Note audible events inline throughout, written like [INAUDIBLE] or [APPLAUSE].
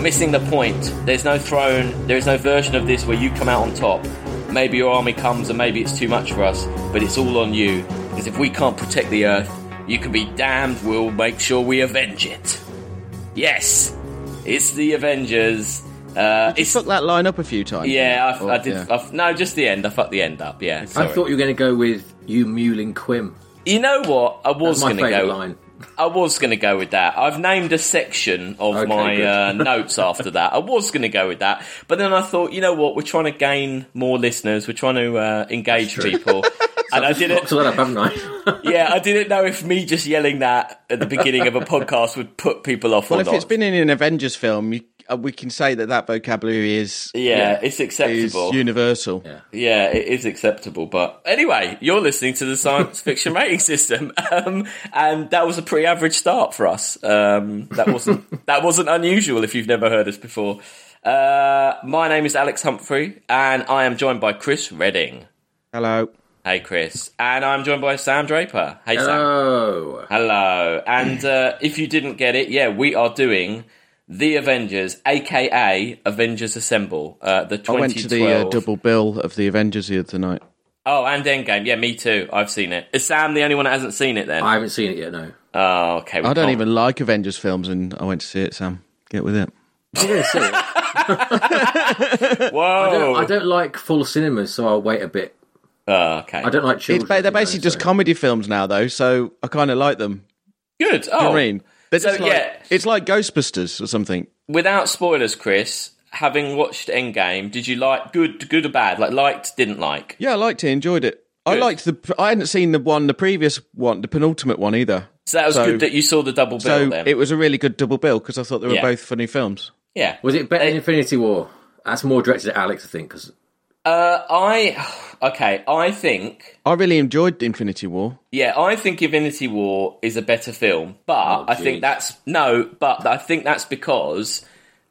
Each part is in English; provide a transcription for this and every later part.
missing the point. There's no throne, there is no version of this where you come out on top. Maybe your army comes and maybe it's too much for us, but it's all on you. Because if we can't protect the earth, you can be damned, we'll make sure we avenge it. Yes, it's the Avengers. Uh, You it's fucked that line up a few times. yeah, I, Or- Oh, I did. yeah. I, no, just the end. I fucked the end up. Yeah, sorry. I thought you were going to go with you mewling Quim. you know what? I was That's my going to favourite go. line. I was going to go with that. I've named a section of Okay, my [LAUGHS] good. uh, notes after that. I was going to go with that, but then I thought, you know what? We're trying to gain more listeners. We're trying to uh, engage [LAUGHS] people, and I didn't. Fucked all that up, [LAUGHS] haven't I? Yeah, I didn't know if me just yelling that at the beginning of a podcast would put people off Well, or if not. it's been in an Avengers film, you, uh, we can say that that vocabulary is yeah, it's is acceptable. universal. Yeah, it is acceptable. But anyway, you're listening to the science fiction rating system, um, and that was a pretty average start for us. Um, that wasn't that wasn't unusual if you've never heard us before. Uh, my name is Alex Humphrey, and I am joined by Chris Redding. Hello. Hey, Chris, and I'm joined by Sam Draper. Hey, Sam. oh, Hello. And uh, if you didn't get it, yeah, we are doing the Avengers, aka Avengers Assemble. Uh, the 2012. I went to the uh, double bill of the Avengers the other night. Oh, and Endgame. Yeah, me too. I've seen it. Is Sam the only one that hasn't seen it then? I haven't seen it yet. No, oh, okay. we I don't can't- even like Avengers films, and I went to see it. Sam, get with it. I'm going to see [LAUGHS] it. Whoa. I don't, I don't like full cinemas, so I'll wait a bit. Oh, okay. I don't like It's children. ba- they're you know, basically just so- comedy films now, though, so I kind of like them. Good. Do Oh, you know what I mean? They're So, just like- yeah. it's like Ghostbusters or something. without spoilers, Chris. Having watched Endgame, did you like good, good or bad? Like liked, didn't like? Yeah, I liked it, enjoyed it. I Good. liked the. I hadn't seen the one, the previous one, the penultimate one either. So that was So- good that you saw the double bill So then. it was a really good double bill because I thought they were Yeah. both funny films. yeah. Was it better than Infinity War? That's more directed at Alex, I think, because Uh, I okay. I think I really enjoyed Infinity War. Yeah, I think Infinity War is a better film, but Oh, I jeez. think that's no, but I think that's because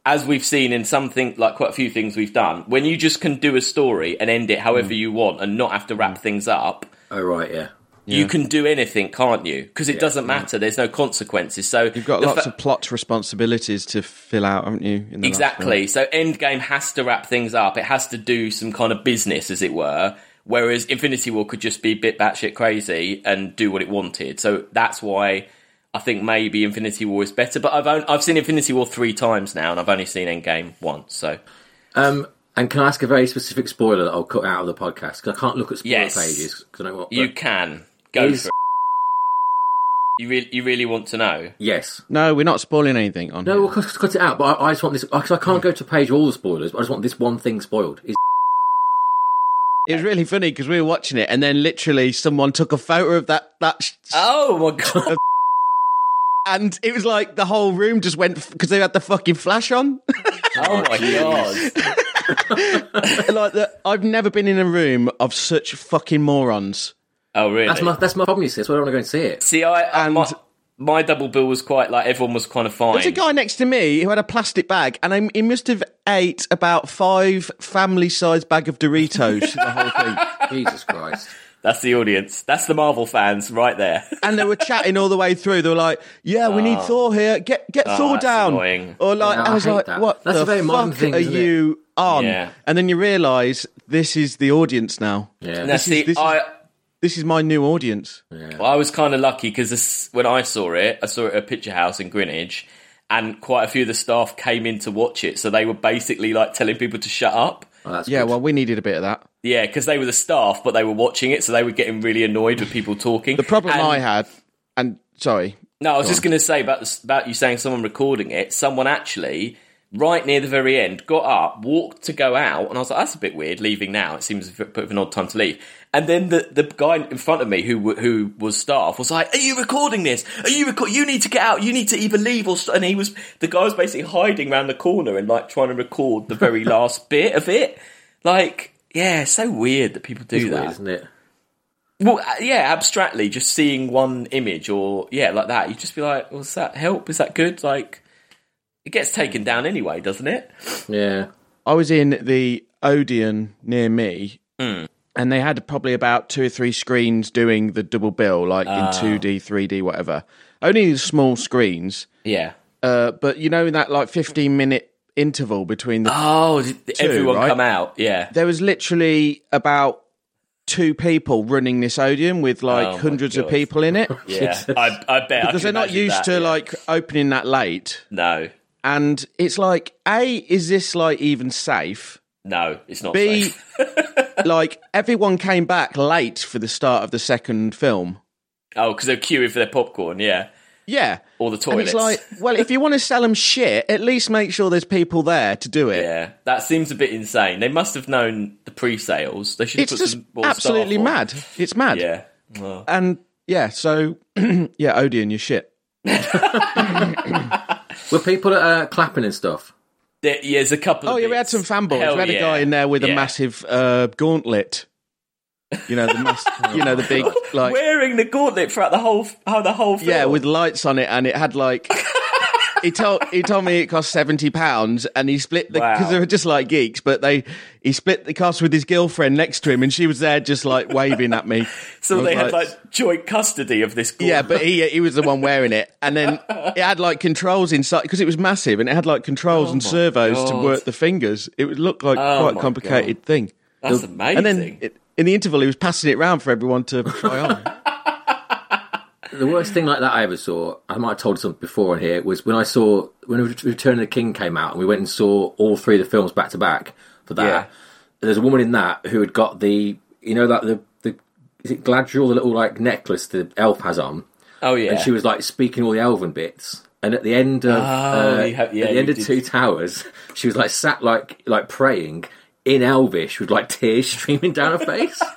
as we've seen in something like quite a few things we've done, when you just can do a story and end it however Mm. you want and not have to wrap things up, oh right, yeah, you can do anything, can't you? Because it doesn't matter. There's no consequences. So You've got lots of plot responsibilities to fill out, haven't you? In the last film? Exactly. So Endgame has to wrap things up. It has to do some kind of business, as it were. Whereas Infinity War could just be bit batshit crazy and do what it wanted. So that's why I think maybe Infinity War is better. But I've only, I've seen Infinity War three times now, and I've only seen Endgame once. So Um, and can I ask a very specific spoiler that I'll cut out of the podcast because I can't look at spoiler Yes. pages because I don't want. you can go Is- for it. You really, you really want to know? yes. No, we're not spoiling anything on. No, here. we'll [LAUGHS] cut, cut it out. But I, I just want this because I can't go to page all the spoilers. But I just want this one thing spoiled. Is it was really funny because we were watching it, and then literally someone took a photo of that that, sh- Oh my god! and it was like the whole room just went because they had the fucking flash on. [LAUGHS] [LAUGHS] Oh my god! like the, I've never been in a room of such fucking morons. Oh really? that's my that's my problem. You see, that's why I don't want to go and see it. See, I And- my, my double bill was quite like everyone was kind of fine. There's a guy next to me who had a plastic bag, and I, he must have ate about five family-sized bag of Doritos. the whole thing. Jesus Christ! That's the audience. That's the Marvel fans right there. and they were chatting all the way through. They were like, "Yeah, we need Thor here. Get get Thor Oh. that's down." annoying. Or like, Yeah, I I was hate like, that. "What That's the a very modern fuck thing, are isn't it? you on?" Yeah. And then you realise this is the audience now. Yeah, Now, this see, [LAUGHS] this is- I, This is my new audience. well, I was kind of lucky because when I saw it, I saw it at a picture house in Greenwich, and quite a few of the staff came in to watch it. So they were basically like telling people to shut up. oh, that's Yeah, good. well, we needed a bit of that. Yeah, because they were the staff, but they were watching it, so they were getting really annoyed with people talking. The problem And- I had, and sorry, No, I was just going to say about the, about you saying someone recording it. Someone actually, right near the very end, got up, walked to go out, and I was like, "That's a bit weird, leaving now." It seems a bit of an odd time to leave. And then the, the guy in front of me, who w- who was staff, was like, "Are you recording this? Are you record? You need to get out. You need to either leave or." St-. And he was the guy was basically hiding around the corner and like trying to record the [LAUGHS] very last bit of it. Like, yeah, so weird that people do It's that. weird, isn't it? Well, uh, yeah, abstractly, just seeing one image or yeah, like that, you'd just be like, "Was that help? Is that good?" Like, it gets taken down anyway, doesn't it? Yeah, I was in the Odeon near me, Hmm. and they had probably about two or three screens doing the double bill, like Ah. in two D, three D, whatever. Only small screens. Yeah, Uh, but you know, in that like 15 minute interval between the. Oh, did everyone right? come out? [LAUGHS] Yeah. There was literally about two people running this Odeon with like Oh my hundreds of God. people in it Yeah. [LAUGHS] I, I bet. because they're not used to like opening that late. No. And it's like, a is this like even safe? No, it's not. B, safe. [LAUGHS] like everyone came back late for the start of the second film. Oh, because they're queuing for their popcorn. Yeah. Yeah. Or the And toilets. it's like, well, if you want to sell them shit, at least make sure there's people there to do it. Yeah, that seems a bit insane. They must have known the pre-sales. They should have It's put just some more absolutely staff on. mad. It's mad. Yeah. Well, And yeah, so [CLEARS THROAT] yeah, Odeon, you're shit. Were people uh, clapping and stuff? there, yeah, there's a couple. Oh of yeah, we had bits. some fanboys. Hell we had yeah. a guy in there with Yeah. a massive uh, gauntlet. You know the mass, you know the [LAUGHS] big like wearing the gauntlet throughout the whole, how the whole film. yeah with lights on it, and it had like. [LAUGHS] He told he told me it cost seventy pounds, and he split the because Wow. they were just like geeks. But they he split the cost with his girlfriend next to him, and she was there just like waving at me. I [LAUGHS] so was they had like joint custody of this. Gauntlet. yeah, but he he was the one wearing it, and then it had like controls inside because it was massive, and it had like controls and servos to Oh God. work the fingers. It would look like Oh quite my a complicated thing. that's amazing. And then it, in the interval, he was passing it around for everyone [LAUGHS] to try on. The worst thing like that I ever saw, I might have told some before on here, was when I saw when Return of the King came out and we went and saw all three of the films back to back for that. Yeah. There's a woman in that who had got the you know that the the is it Gladriel, the little like necklace the elf has on, oh yeah, and she was like speaking all the elven bits. And at the end of uh, Oh, you have- yeah, at the you end of did. Two Towers, [LAUGHS] she was like sat like like praying in Elvish with like tears [LAUGHS] streaming down her face. [LAUGHS]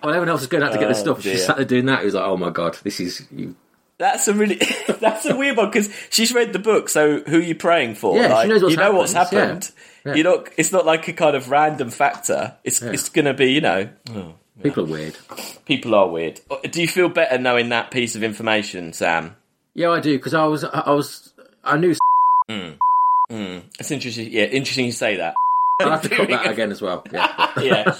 While everyone else was going out to get their stuff, she Oh, dear. sat there doing that. It was like, oh my god, this is you. that's a really [LAUGHS] that's a weird one because she's read the book. So who are you praying for? Yeah, she Like, knows what's you know what's happened, yeah. happened. You know, it's not like a kind of random factor. It's it's gonna be you know People are weird. people are weird. Do you feel better knowing that piece of information, Sam? Yeah, I do because I was I I was I knew. [LAUGHS] It's interesting. Yeah, interesting you say that. I have to cut that again as well. Yeah, Yeah.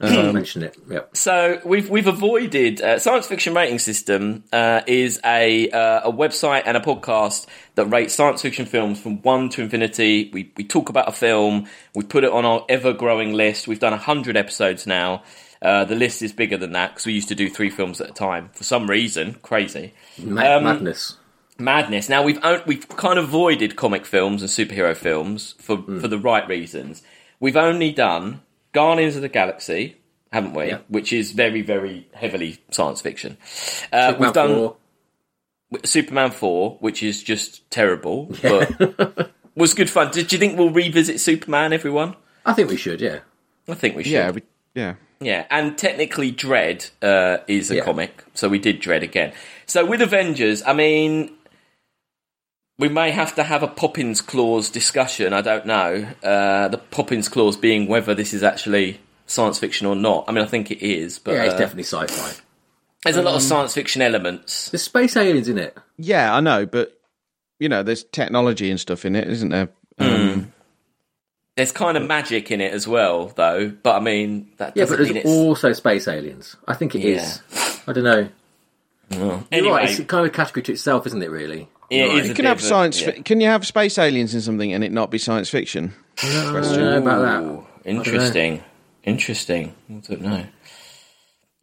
um, mention it. Yep. so we've we've avoided uh, science fiction rating system uh, is a uh, a website and a podcast that rates science fiction films from one to infinity. We we talk about a film, we put it on our ever growing list. We've done hundred episodes now. Uh, the list is bigger than that because we used to do three films at a time for some reason. Crazy. Ma- um, madness. madness. Now we've on- we've kind of avoided comic films and superhero films for Hmm. for the right reasons. We've only done Guardians of the Galaxy, haven't we? Yeah. Which is very very heavily science fiction. Uh, we've Mount done Four. Superman four, which is just terrible, but [LAUGHS] was good fun. Did you think we'll revisit Superman? Everyone, I think we should. Yeah. I think we should. yeah, we, yeah. Yeah, and technically Dread uh, is a Yeah. comic, so we did Dread again. So with Avengers, I mean, we may have to have a Poppins clause discussion. I don't know. Uh, the Poppins clause being whether this is actually science fiction or not. I mean, I think it is, but Yeah, it's uh, definitely Um, sci-fi. there's a lot of science fiction elements. There's space aliens in it. Yeah, I know, but you know, there's technology and stuff in it, isn't there? Hmm. Um, There's kind of magic in it as well, though. But I mean, that Yeah, doesn't but there's mean it's also space aliens. I think it is. I don't know. anyway. Right, it's kind of a category to itself, isn't it? Really? it Right. is a You can bit have of a- science. yeah. fi- Can you have space aliens in something and it not be science fiction? I don't know about that. Ooh, Interesting. Interesting. I don't know.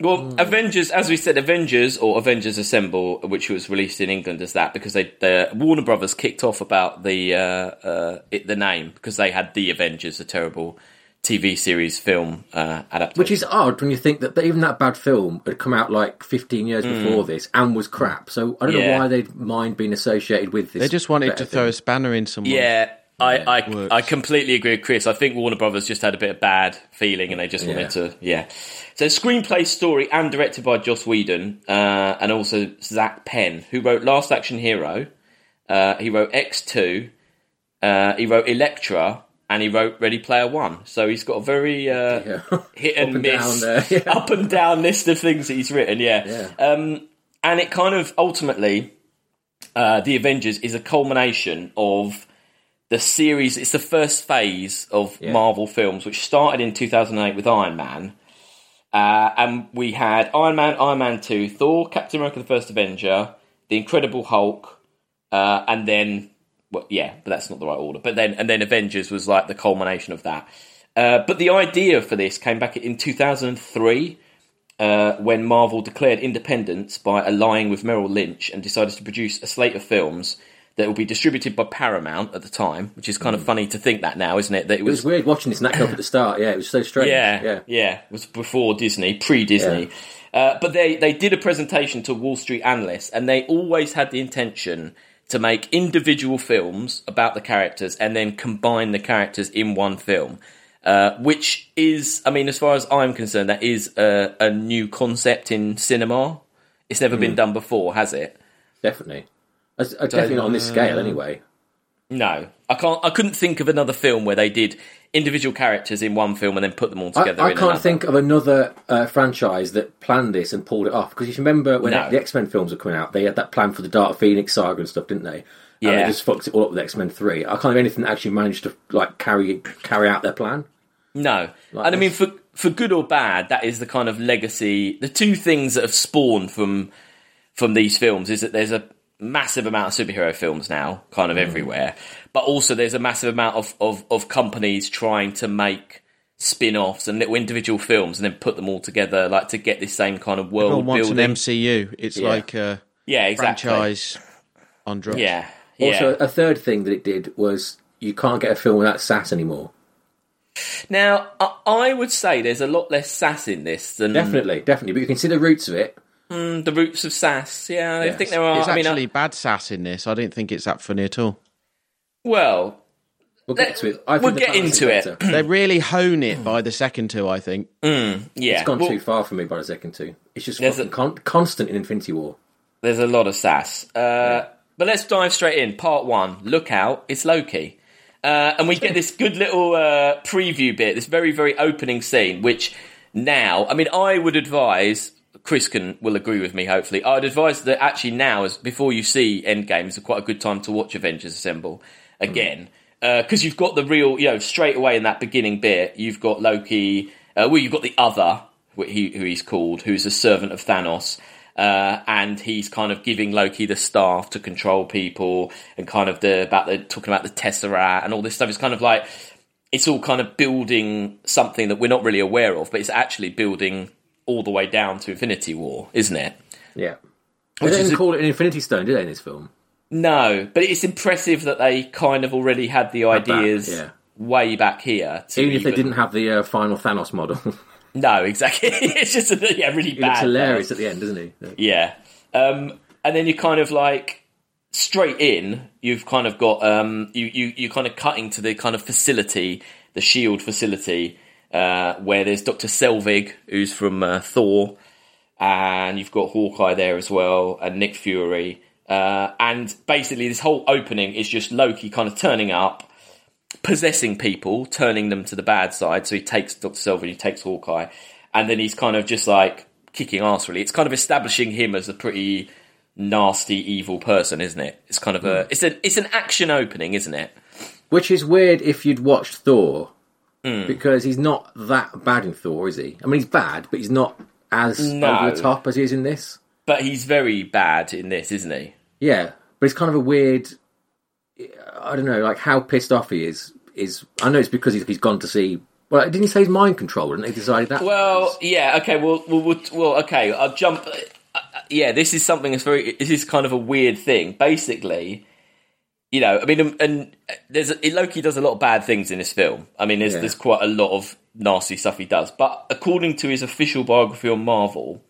Well, Avengers, as we said, Avengers or Avengers Assemble, which was released in England as that, because they the Warner Brothers kicked off about the uh, uh, it, the name because they had the Avengers, a terrible TV series film uh, adaptation. Which is odd when you think that even that bad film had come out like 15 years before this and was crap. So I don't Hmm. Yeah. know why they'd mind being associated with this. They just wanted better to thing. throw a spanner in someone. yeah. I, I, works. I completely agree with Chris. I think Warner Brothers just had a bit of bad feeling and they just wanted Yeah. to, yeah. So, screenplay, story, and directed by Joss Whedon uh, and also Zach Penn, who wrote Last Action Hero. Uh, he wrote X2. Uh, he wrote Electra. And he wrote Ready Player One. So he's got a very uh, Yeah. [LAUGHS] hit and, and miss, down, uh, [LAUGHS] yeah. up and down list of things that he's written, Yeah. Um, and it kind of ultimately, uh, The Avengers is a culmination of the series. It's the first phase of Marvel films, which started in 2008 with Iron Man. Uh, and we had Iron Man, Iron Man 2, Thor, Captain America the First Avenger, The Incredible Hulk, uh, and then well, yeah, but that's not the right order. But then, and then Avengers was like the culmination of that. Uh, but the idea for this came back in 2003 uh, when Marvel declared independence by allying with Merrill Lynch and decided to produce a slate of films that will be distributed by Paramount at the time, which is kind of funny to think that now, isn't it? That it It was was, weird watching this knack up at the start. Yeah, it was so strange. yeah, [LAUGHS] yeah. yeah, it was before Disney, pre Disney. Uh, but they, they did a presentation to Wall Street analysts, and they always had the intention to make individual films about the characters and then combine the characters in one film. Uh, which is, I mean, as far as I'm concerned, that is a, a new concept in cinema. It's never Hmm. been done before, has it? Definitely. That's- uh, definitely not on this scale, anyway. No, I can't. I couldn't think of another film where they did individual characters in one film and then put them all I, together. I in can't another. think of another uh, franchise that planned this and pulled it off. Because if you remember when No. the X Men films were coming out, they had that plan for the Dark Phoenix saga and stuff, didn't they? And they Yeah. just fucked it all up with X Men Three. I can't think of anything that actually managed to like carry carry out their plan. No, and I mean this. for for good or bad, that is the kind of legacy. The two things that have spawned from from these films is that there's a massive amount of superhero films now, kind of Mm. everywhere, but also there's a massive amount of of, of companies trying to make spin-offs and little individual films and then put them all together like to get this same kind of world Everyone wants an building MCU. It's like a yeah exactly franchise on drugs. yeah yeah Also, a third thing that it did was you can't get a film without sass anymore. Now, I- I would say there's a lot less sass in this than Definitely, definitely. But you can see the roots of it. the roots of sass. Yeah, I Yes. think there are. It's I mean, I- actually bad sass in this. I don't think it's that funny at all. well, We'll get Let- to it. I think we'll the get fantasy into it. later. They really hone it by the second two, I think. yeah, It's [CLEARS THROAT] gone well, too far for me by the second two. It's just There's fucking a- con- constant in Infinity War. there's a lot of sass. Uh, But let's dive straight in. Part one: Look out, it's Loki. Uh, and we get this good little uh, preview bit, this very, very opening scene, which now, I mean, I would advise, Chris can will agree with me, hopefully, I would advise that actually now, is before you see Endgame, is quite a good time to watch Avengers Assemble again. Mm. Because you've got the real, you know, straight away in that beginning bit, you've got Loki, uh, well, you've got the other, wh- he, who he's called, who's a servant of Thanos. Uh, and he's kind of giving Loki the staff to control people, and kind of the about the talking about the Tesseract and all this stuff. It's kind of like it's all kind of building something that we're not really aware of, but it's actually building all the way down to Infinity War, isn't it? Yeah. They didn't is a- call it an Infinity Stone, did they, in this film? No, but it's impressive that they kind of already had the that, ideas yeah. way back here. to Even if they even- didn't have the uh, final Thanos model. [LAUGHS] he no, exactly. [LAUGHS] it's just a, yeah, really bad. looks hilarious at the end, doesn't he? Yeah. Um, and then you kind of like straight in, you've kind of got um, you you you kind of cutting to the kind of facility, the Shield E facility, uh, where there's Doctor Selvig, who's from uh, Thor, and you've got Hawkeye there as well, and Nick Fury. Uh, and basically, this whole opening is just Loki kind of turning up, possessing people, turning them to the bad side. So he takes Doctor Silver, he takes Hawkeye, and then he's kind of just like kicking ass. Really, it's kind of establishing him as a pretty nasty, evil person, isn't it? It's kind of a it's an it's an action opening, isn't it? Which is weird if you'd watched Thor, Hmm. because he's not that bad in Thor, is he? I mean, he's bad, but he's not as No. over the top as he is in this. But he's very bad in this, isn't he? Yeah, but it's kind of a weird. I don't know, like how pissed off he is. Is I know it's because he's, he's gone to see. Well, didn't he say he's mind controlled? And they decided that. Well, was- yeah, okay, well, well, well, well okay, I'll jump. uh, Yeah, this is something that's very. This is kind of a weird thing. Basically, you know, I mean, and- and uh, there's Loki does a lot of bad things in this film. I mean, there's Yeah. there's quite a lot of nasty stuff he does. But according to his official biography on Marvel,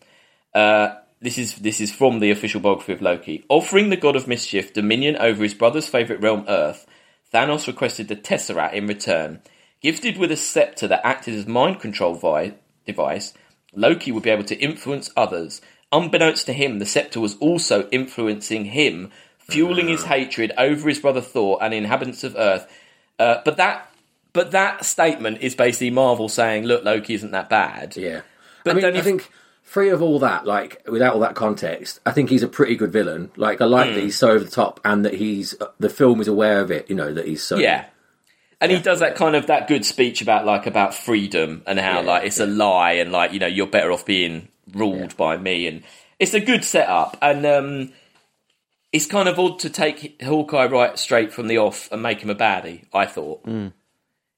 uh, this is this is from the official biography of Loki. Offering the god of mischief dominion over his brother's favorite realm, Earth, Thanos requested the Tesseract in return. Gifted with a scepter that acted as mind control vi- device, Loki would be able to influence others. Unbeknownst to him, the scepter was also influencing him, fueling his hatred over his brother Thor and the inhabitants of Earth. Uh, but that. But that statement is basically Marvel saying, "Look, Loki isn't that bad." yeah. But I mean, don't I you- think free of all that, like without all that context, I think he's a pretty good villain. Like I like Hmm. that he's so over the top, and that he's uh, the film is aware of it. You know that he's so Yeah. And he does that kind of that good speech about like about freedom and how Yeah, like it's a lie and like you know you're better off being ruled by me and it's a good setup and um it's kind of odd to take Hawkeye right straight from the off and make him a baddie. I thought Hmm.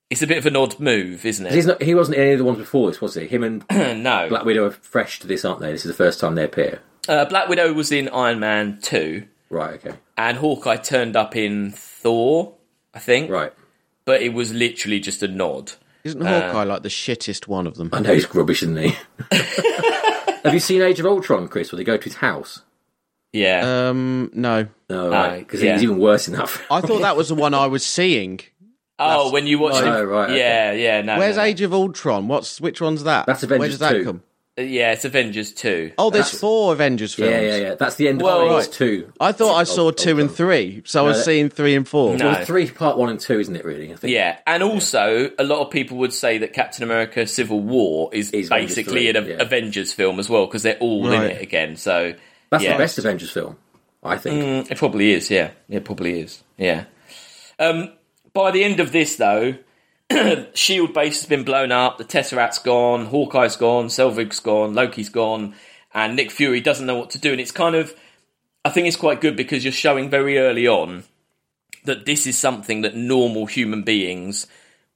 it's a bit of an odd move, isn't it? He's not, he wasn't in any of the ones before this, was he? Him [COUGHS] and no, Black Widow are fresh to this, aren't they? This is the first time they appear. uh, Black Widow was in Iron Man two, Right, okay. and Hawkeye turned up in Thor, I think. Right. but it was literally just a nod. Isn't Hawkeye like the shittest one of them? I know he's rubbish, [LAUGHS] isn't he? Have you seen Age of Ultron, Chris, where they go to his house? Yeah, Um, no. No, right. Because Uh, yeah. he's even worse than that. [LAUGHS] I thought that was the one I was seeing. Oh, when you watch Oh, it, right, okay. yeah, yeah, no. Where's no, no. Age of Ultron? What's which one's that? That's Where Avengers does that 2. come? Uh, Yeah, it's Avengers two. Oh, there's That's- four Avengers films. yeah, yeah, yeah. That's the end Well, of right. Phase 2. I thought I saw Ult- two and Ultron. three, so I was that- seeing three and four. No. Well, 3, part 1 and 2, isn't it, really? I think. Yeah, and also a lot of people would say that Captain America: Civil War is Is Avengers basically an three, Av- yeah. Avengers film as well because they're all in Right. it again. So That's yeah. the best Avengers film, I think. Mm, It probably is, yeah. It probably is, yeah. Um, by the end of this, though, [CLEARS THROAT] Shield E base has been blown up. The Tesseract's gone. Hawkeye's gone. Selvig's gone. Loki's gone, and Nick Fury doesn't know what to do. And it's kind of, I think it's quite good because you're showing very early on that this is something that normal human beings.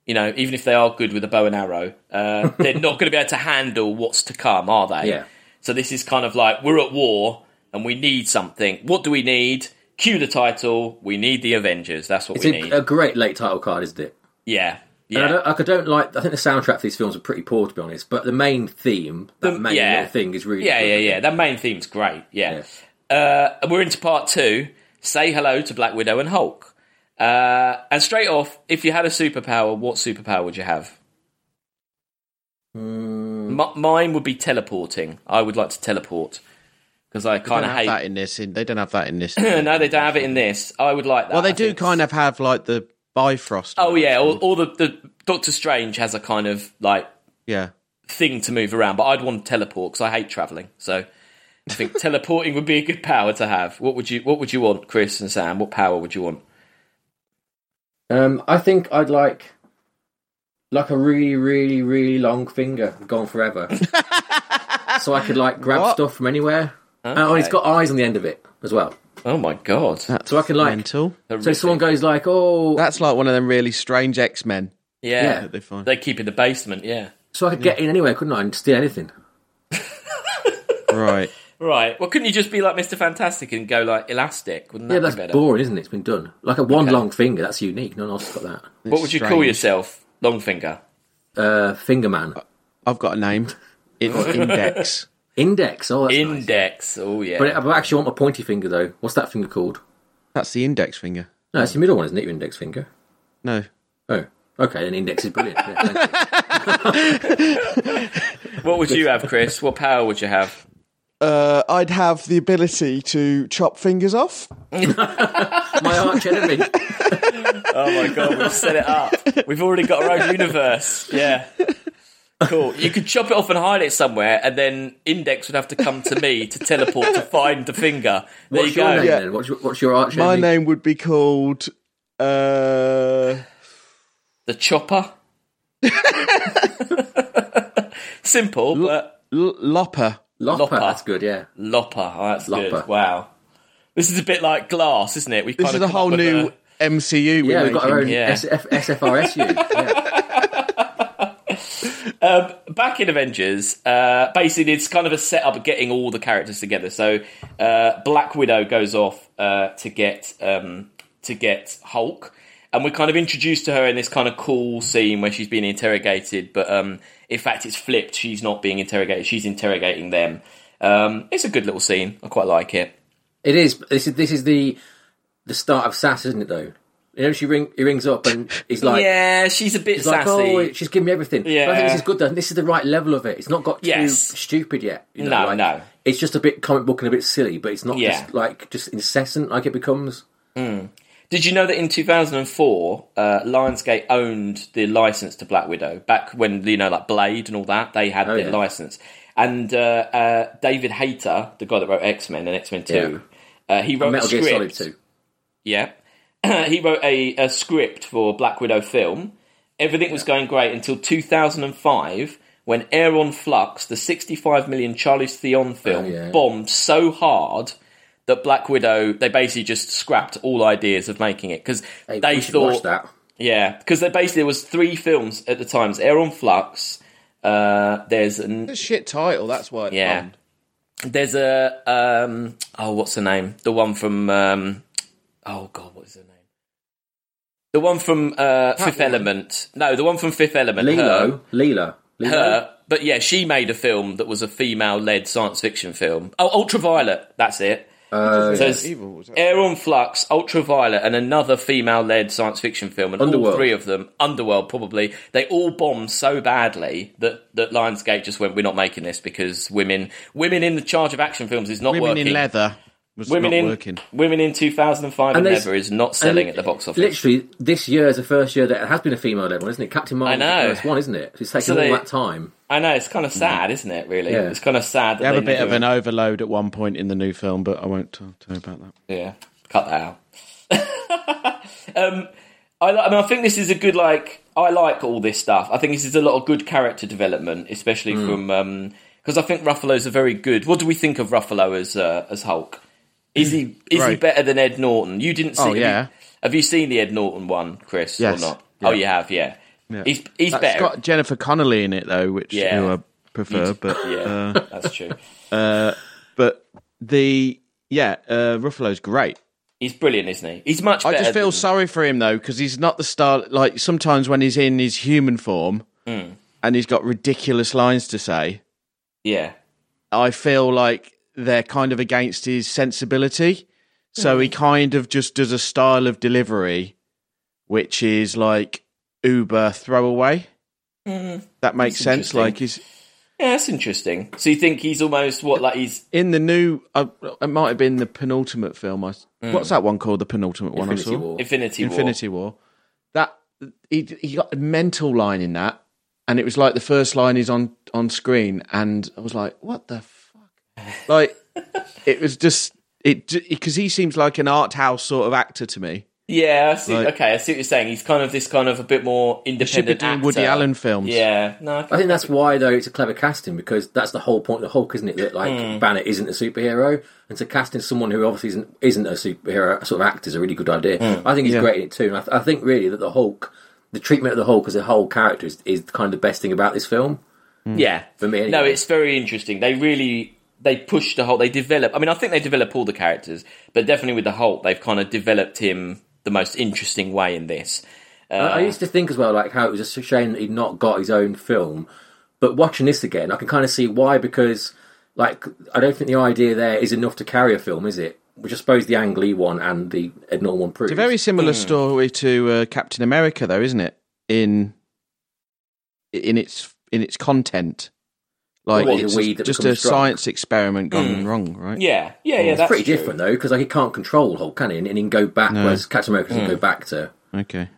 You know, even if they are good with a bow and arrow, [LAUGHS] uh, they're not going to be able to handle what's to come, are they? Yeah. So this is kind of like we're at war and we need something. What do we need? Cue the title. We need the Avengers. That's what It's we a, need. a great late title card, isn't it? yeah. And I, Yeah. don't, like, I don't like. I think the soundtrack for these films are pretty poor, to be honest. But the main theme, that The- main yeah. little thing, is really Yeah, good. yeah, yeah. That main theme's great. Yeah. Uh, and we're into part two. Say hello to Black Widow and Hulk. Uh, and straight off, if you had a superpower, what superpower would you have? M- mine would be teleporting. I would like to teleport because I They kind don't of have that hate. in this. In, they don't have that in [LAUGHS] this. no, they don't have it in this. I would like that. well, they I do think. kind of have like the Bifrost. Oh yeah, all, all the, the Doctor Strange has a kind of like yeah. thing to move around, but I'd want to teleport because I hate traveling. So I think teleporting would be a good power to have. What would you What would you want, Chris and Sam? What power would you want? Um, I think I'd like like a really, really, really long finger gone [LAUGHS] forever, so I could like grab What? stuff from anywhere. Oh, and it's got eyes on the end of it as well. Oh my god! That's So I can, like- mental. So if someone goes like, "Oh," That's like one of them really strange X Men. yeah, yeah, they find. they keep in the basement. Yeah, so I could get in anywhere, couldn't I, and steal anything? Right. right. Well, couldn't you just be like Mister Fantastic and go like elastic? Wouldn't that Yeah, that's be better? boring, isn't it? It's been done. Like a one long finger. That's unique. No one else has got that. [LAUGHS] what would you call Strange. yourself, Longfinger? Uh, finger man. I've got a name. [LAUGHS] It's Index. Index. Oh, that's nice. Index. Oh yeah. But I but I actually want my pointy finger though. What's that finger called? That's the index finger. No, it's the middle one, isn't it? Your index finger. No. Oh, okay. Then index is brilliant. Yeah, thank you. what would you have, Chris? What power would you have? Uh, I'd have the ability to chop fingers off. my arch enemy. Oh my god, we've set it up. We've already got our own universe. Yeah. Cool. You could chop it off and hide it somewhere, and then Index would have to come to me to teleport to find the finger. There What's you your go. name Yeah. then? What's your, what's your arch My enemy? name would be called. Uh, The chopper. [LAUGHS] Simple, but L- Lopper. Lopper. Lopper. That's good. Yeah. lopper. Oh, that's good. Lopper. Wow. This is a bit like glass, isn't it? We've This is a whole new MCU. We're Yeah, we've got our own making. Yeah. SF, SFRSU. Yeah. back in Avengers, uh, basically it's kind of a setup of getting all the characters together. So uh, Black Widow goes off uh, to get um, to get Hulk, and we're kind of introduced to her in this kind of cool scene where she's being interrogated. But um, in fact, it's flipped. She's not being interrogated; she's interrogating them. Um, it's a good little scene. I quite like it. It is. but This is this is the the start of Sass, isn't it? Though you know, she ring he rings up and he's like. yeah, she's a bit he's Like, sassy. oh, she's giving me everything. But I think Yeah. this is good though. This is the right level of it. It's not got too Yes. stupid yet. you know, No, like, no. It's just a bit comic book and a bit silly, but it's not Yeah. just like just incessant like it becomes. Did you know that in 2004, uh, Lionsgate owned the license to Black Widow? Back when you know, like Blade and all that, they had their Oh, yeah. license. And uh, uh, David Hayter, the guy that wrote X Men and X Men Two, uh, he wrote Oh, Metal a Gear script. Solid Two. Yeah. [CLEARS THROAT] he wrote a, a script for Black Widow film. Everything was going great until 2005 when Air on Flux, the 65 million Charlie Theon film, Oh, yeah. bombed so hard that Black Widow they basically just scrapped all ideas of making it because Hey, they we should watch thought that. yeah because there basically was three films at the time. There's Air on Flux. Uh, there's an It's a shit title. That's why. It's Yeah. bombed. there's a um oh what's her name the one from um oh god what's her name the one from uh, Fifth Element no the one from Fifth Element her. Lilo, Lilo, Lilo. her. Uh, But yeah, she made a film that was a female-led science fiction film. Oh, Ultraviolet. That's it. Uh, so it's Evil, was that- Air on Flux, Ultraviolet, and another female-led science fiction film, and all Underworld. three of them, Underworld probably, they all bombed so badly that that Lionsgate just went, "We're not making this because women, women in the charge of action films is not Women working. in leather was women not in working. women in 2005 and they s- ever is not selling And at the box office. Literally, this year is the first year that it has been a female led one, isn't it? Captain Marvel, I know. the first one, isn't it? It's taken So all they- that time. I know it's kind of sad, isn't it? Really, Yeah. it's kind of sad. That They have a bit never- of an overload at one point in the new film, but I won't tell, tell you about that. Yeah, cut that out. [LAUGHS] um, I, li- I mean, I think this is a good like. I like all this stuff. I think this is a lot of good character development, especially Hmm. from because I think Ruffalo's a very good. What do we think of Ruffalo as uh, as Hulk? Is he is he Right. better than Ed Norton? You didn't see? Oh, have you- yeah. have you seen the Ed Norton one, Chris? Yes. Or not? Yeah. Oh, you have. Yeah. He's he's That's better. got Jennifer Connolly in it though, which Yeah. who I prefer. But [LAUGHS] uh, yeah, that's true. but the yeah, uh, Ruffalo's great. He's brilliant, isn't he? He's much. I better just feel than- sorry for him though because he's not the star. Like sometimes when he's in his human form Hmm. and he's got ridiculous lines to say, Yeah. I feel like they're kind of against his sensibility. So Hmm. he kind of just does a style of delivery which is like uber throwaway. That makes sense. Hmm. interesting. Like he's Yeah, that's interesting. So you think he's almost what like he's in the new. Uh, it might have been the penultimate film. I, s- What's that one called? The penultimate one I Infinity saw. War. Hmm. Infinity War. Infinity War. That he, he got a mental line in that, and it was like the first line is on on screen, and I was like, "What the fuck?" [LAUGHS] Like it was just it because he seems like an art house sort of actor to me. Yeah, I see. Like- okay, I see what you're saying. He's kind of this kind of a bit more Should independent be doing actor. Woody Allen films. Yeah, no, I think- I think that's why, though, it's a clever casting because that's the whole point of the Hulk, isn't it? That like Hmm. Banner isn't a superhero, and to cast in someone who obviously isn't isn't a superhero sort of actor is a really good idea. Hmm. I think he's great in it too, and I, th- I think really that the Hulk, the treatment of the Hulk as a whole character is, is kind of the best thing about this film. yeah. For Mm. me, no, anyway. it's very interesting. They really they push the whole. They develop. I mean, I think they develop all the characters, but definitely with the Hulk, they've kind of developed him the most interesting way in this. I I used to think as well, like how it was just a shame that he'd not got his own film. But watching this again, I can kind of see why because, like, I don't think the idea there is enough to carry a film, is it? Which I suppose the Ang Lee one and the Ed Norton one proves. It's a very similar Hmm. story to uh, Captain America, though, isn't it? In in its in its content, like What, the it's weed that just a becomes drunk? Hmm. science experiment gone wrong, right? Yeah, yeah, yeah. Mm. it's That's pretty true. different though because like he can't control Hulk, can he? And, and he can go back, whereas Captain America doesn't go back to. Okay.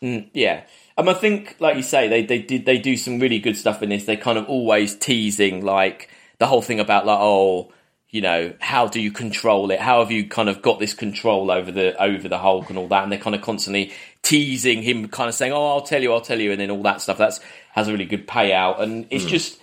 Yeah. Um, I think, like you say, they, they did they do some really good stuff in this. They kind of always teasing like the whole thing about like oh, you know, how do you control it? How have you kind of got this control over the over the Hulk and all that? And they're kind of constantly teasing him, kind of saying, "Oh, I'll tell you, I'll tell you," and then all that stuff. That's has a really good payout, and it's just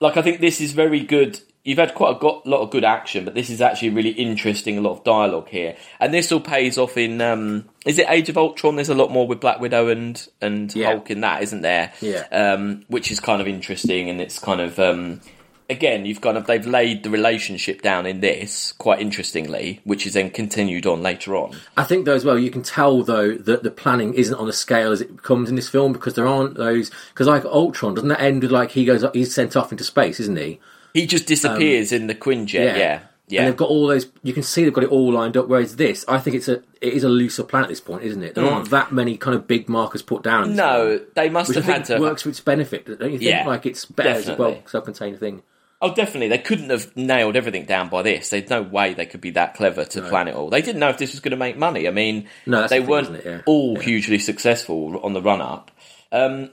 like I think this is very good. You've had quite a got, lot of good action, but this is actually really interesting. A lot of dialogue here, and this all pays off in. Um, is it Age of Ultron? There's a lot more with Black Widow and and Yeah. Hulk in that, isn't there? Yeah. um, which is kind of interesting, and it's kind of um, again you've kind of they've laid the relationship down in this quite interestingly, which is then continued on later on. I think though as well, you can tell though that the planning isn't on the scale as it becomes in this film because there aren't those. Because like Ultron, doesn't that end with like he goes, he's sent off into space, isn't he? He just disappears in the Quinjet. Yeah, yeah. Um, And they've got all those. You can see they've got it all lined up. Whereas this, I think it's a it is a looser plan at this point, isn't it? There aren't that many kind of big markers put down. in this Mm. no, film, they must which I have had think to works for its benefit, don't you think? Yeah, like it's better as a definitely. well self-contained thing. Oh, definitely. They couldn't have nailed everything down by this. There's no way they could be that clever to plan it all. They didn't know if this was going to make money. I mean, No, that's they the thing, weren't isn't it? Yeah. all hugely successful on the run up. Um,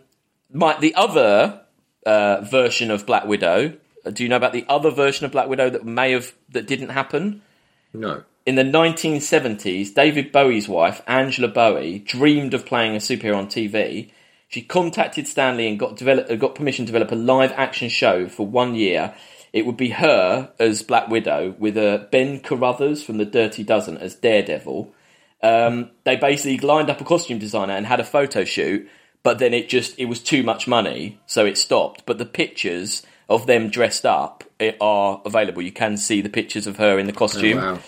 Mike, the other uh, version of Black Widow. uh, Do you know about the other version of Black Widow that may have that didn't happen? No, Oh, In the 1970s, David Bowie's wife, Angela Bowie, dreamed of playing a superhero on TV. She contacted Stanley and got, develop, uh, got permission to develop a live action show for one year it would be her as Black Widow with uh, Ben Carruthers from the Dirty Dozen as Daredevil. Um, they basically lined up a costume designer and had a photo shoot, but then it just it was too much money, so it stopped. But the pictures of them dressed up eh, are available. You can see the pictures of her in the costume. Oh, wow.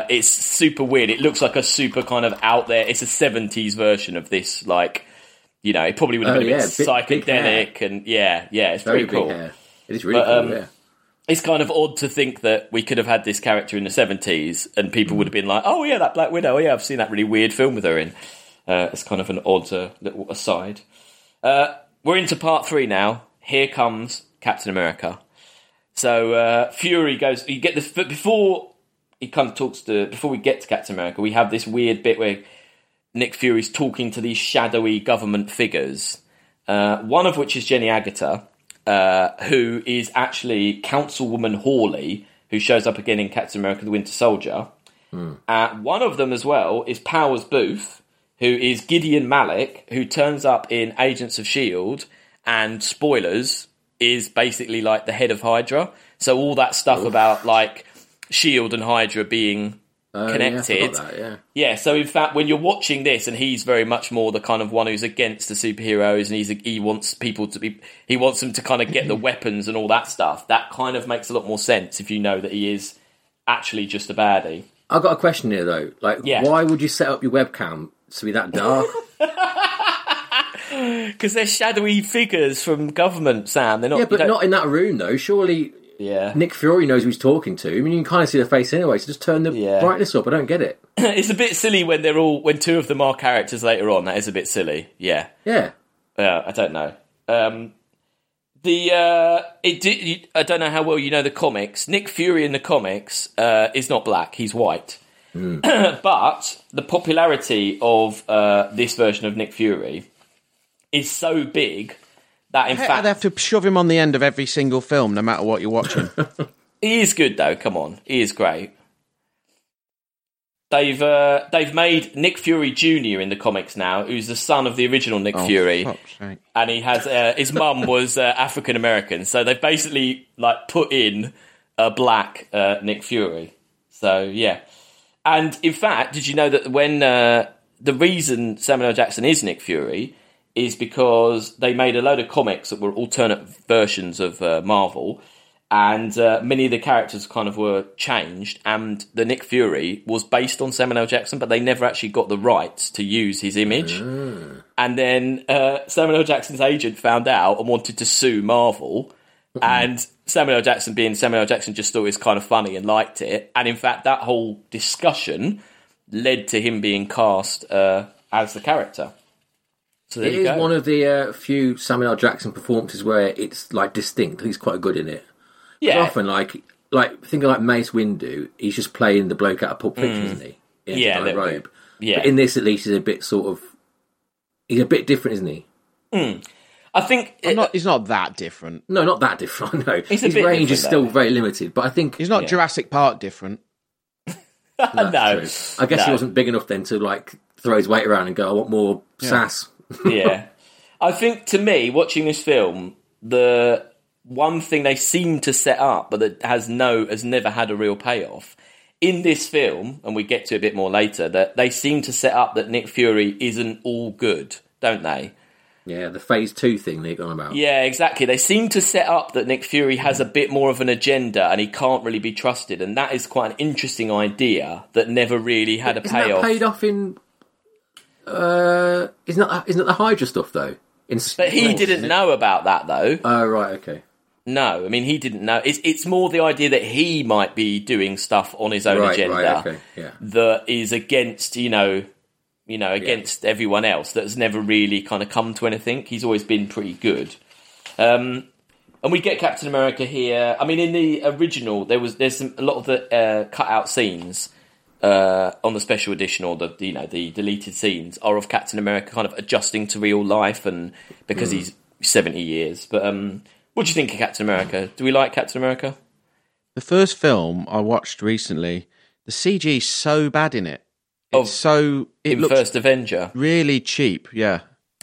Uh, it's super weird. It looks like a super kind of out there. It's a seventies version of this. Like, you know, it probably would have Oh, been a bit yeah, big- big hair. psychedelic and yeah, yeah, it's Very pretty cool. big hair. It is really But, um, cool. Yeah. It's kind of odd to think that we could have had this character in the seventies and people would have been like, "Oh yeah, that Black Widow. Oh yeah, I've seen that really weird film with her in." Uh, it's kind of an odd uh, little aside. Uh, we're into part three now. Here comes Captain America. So uh, Fury goes. You get the but before he kind of talks to before we get to Captain America. We have this weird bit where Nick Fury's talking to these shadowy government figures. Uh, one of which is Jenny Agata, uh, who is actually Councilwoman Hawley, who shows up again in Captain America: The Winter Soldier. Hmm. Uh, one of them as well is Powers Booth, who is Gideon Malik, who turns up in Agents of S.H.I.E.L.D. E and spoilers, is basically like the head of Hydra. So all that stuff about like S.H.I.E.L.D. E and Hydra being Oh, Yeah, I connected. forgot that, yeah. Yeah, so in fact, when you're watching this, and he's very much more the kind of one who's against the superheroes, and he's he wants people to be he wants them to kind of [LAUGHS] get the weapons and all that stuff. That kind of makes a lot more sense if you know that he is actually just a baddie. I've got a question here though. Like, Yeah. why would you set up your webcam to [LAUGHS] be that dark? Because they're shadowy figures from government, Sam. They're not. yeah, you but don't- not in that room though. Surely Yeah, Nick Fury knows who he's talking to. I mean, you can kind of see their face anyway. So just turn the Yeah. brightness up. I don't get it. [LAUGHS] it's a bit silly when they're all when two of them are characters later on. That is a bit silly. Yeah, Yeah. yeah, I don't know. Um, the uh, it did, you, I don't know how well you know the comics. Nick Fury in the comics uh, is not black; he's white. [CLEARS THROAT] but the popularity of uh, this version of Nick Fury is so big that in I'd fact have to shove him on the end of every single film, no matter what you're watching. He is good though. Come on, he is great. They've uh, they've made Nick Fury Jr. in the comics now, who's the son of the original Oh, Nick Oh, Fury, fuck's sake. and he has uh, his mum was uh, African American, so they basically like put in a black uh, Nick Fury. So yeah, and in fact, did you know that when uh, the reason Samuel L. Jackson is Nick Fury is because they made a load of comics that were alternate versions of uh, Marvel, and uh, many of the characters kind of were changed. And the Nick Fury was based on Samuel L. Jackson, but they never actually got the rights to use his image. Ah. And then uh, Samuel L. Jackson's agent found out and wanted to sue Marvel. Mm-hmm. And Samuel L. Jackson, being Samuel L. Jackson, just thought it was kind of funny and liked it. And in fact, that whole discussion led to him being cast uh, as the character. So there It you is go. one of the uh, few Samuel L. Jackson performances where it's like distinct. He's quite good in it. yeah, Often, like like thinking like Mace Windu, he's just playing the bloke out of Pulp Fiction, isn't he? In Mm. Yeah, a his little bit. robe. yeah. But in this, at least, he's a bit sort of he's a bit different, isn't he? I think I'm not, he's not that different. No, not that [LAUGHS] different. No, a his bit range is different, still though. very limited. But I think He's not Yeah. Jurassic Park different. [LAUGHS] no. That's true. I guess he No. wasn't big enough then to like throw his weight around and go, "I want more sass." yeah. I think to me, watching this film, the one thing they seem to set up, but that has no has never had a real payoff in this film, and we get to a bit more later. That they seem to set up that Nick Fury isn't all good, don't they? Yeah, the Phase Two thing they're going about. Yeah, exactly. They seem to set up that Nick Fury has a bit more of an agenda, and he can't really be trusted, and that is quite an interesting idea that never really had a isn't payoff. that paid off in? Uh, isn't that isn't that the Hydra stuff though? In but he didn't know about that though. Oh right, okay. No, I mean he didn't know. It's it's more the idea that he might be doing stuff on his own Right, agenda right, okay, yeah. that is against you know, you know against everyone else. That's never really kind of come to anything. He's always been pretty good. Um, and we get Captain America here. I mean, in the original, there was there's some, a lot of the uh, cut out scenes uh, on the special edition or the you know the deleted scenes are of Captain America kind of adjusting to real life and because he's seventy years. But um, what do you think of Captain America? Do we like Captain America? The first film I watched recently, the CG's so bad in it. It's so it In looks First Avenger, really cheap. Yeah,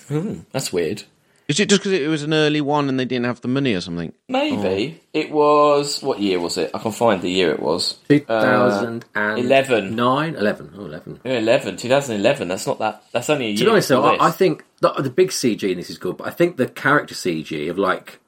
that's weird. Is it just because it was an early one and they didn't have the money or something? Maybe Oh. it was what year was it? I can find the year it was. 2011. Uh, 11. 9? 11. Oh, 11. Yeah, 11, 2011. That's not that. That's only a year. To be honest, though, before this. I, I think the, the big CG in this is good, but I think the character CG of like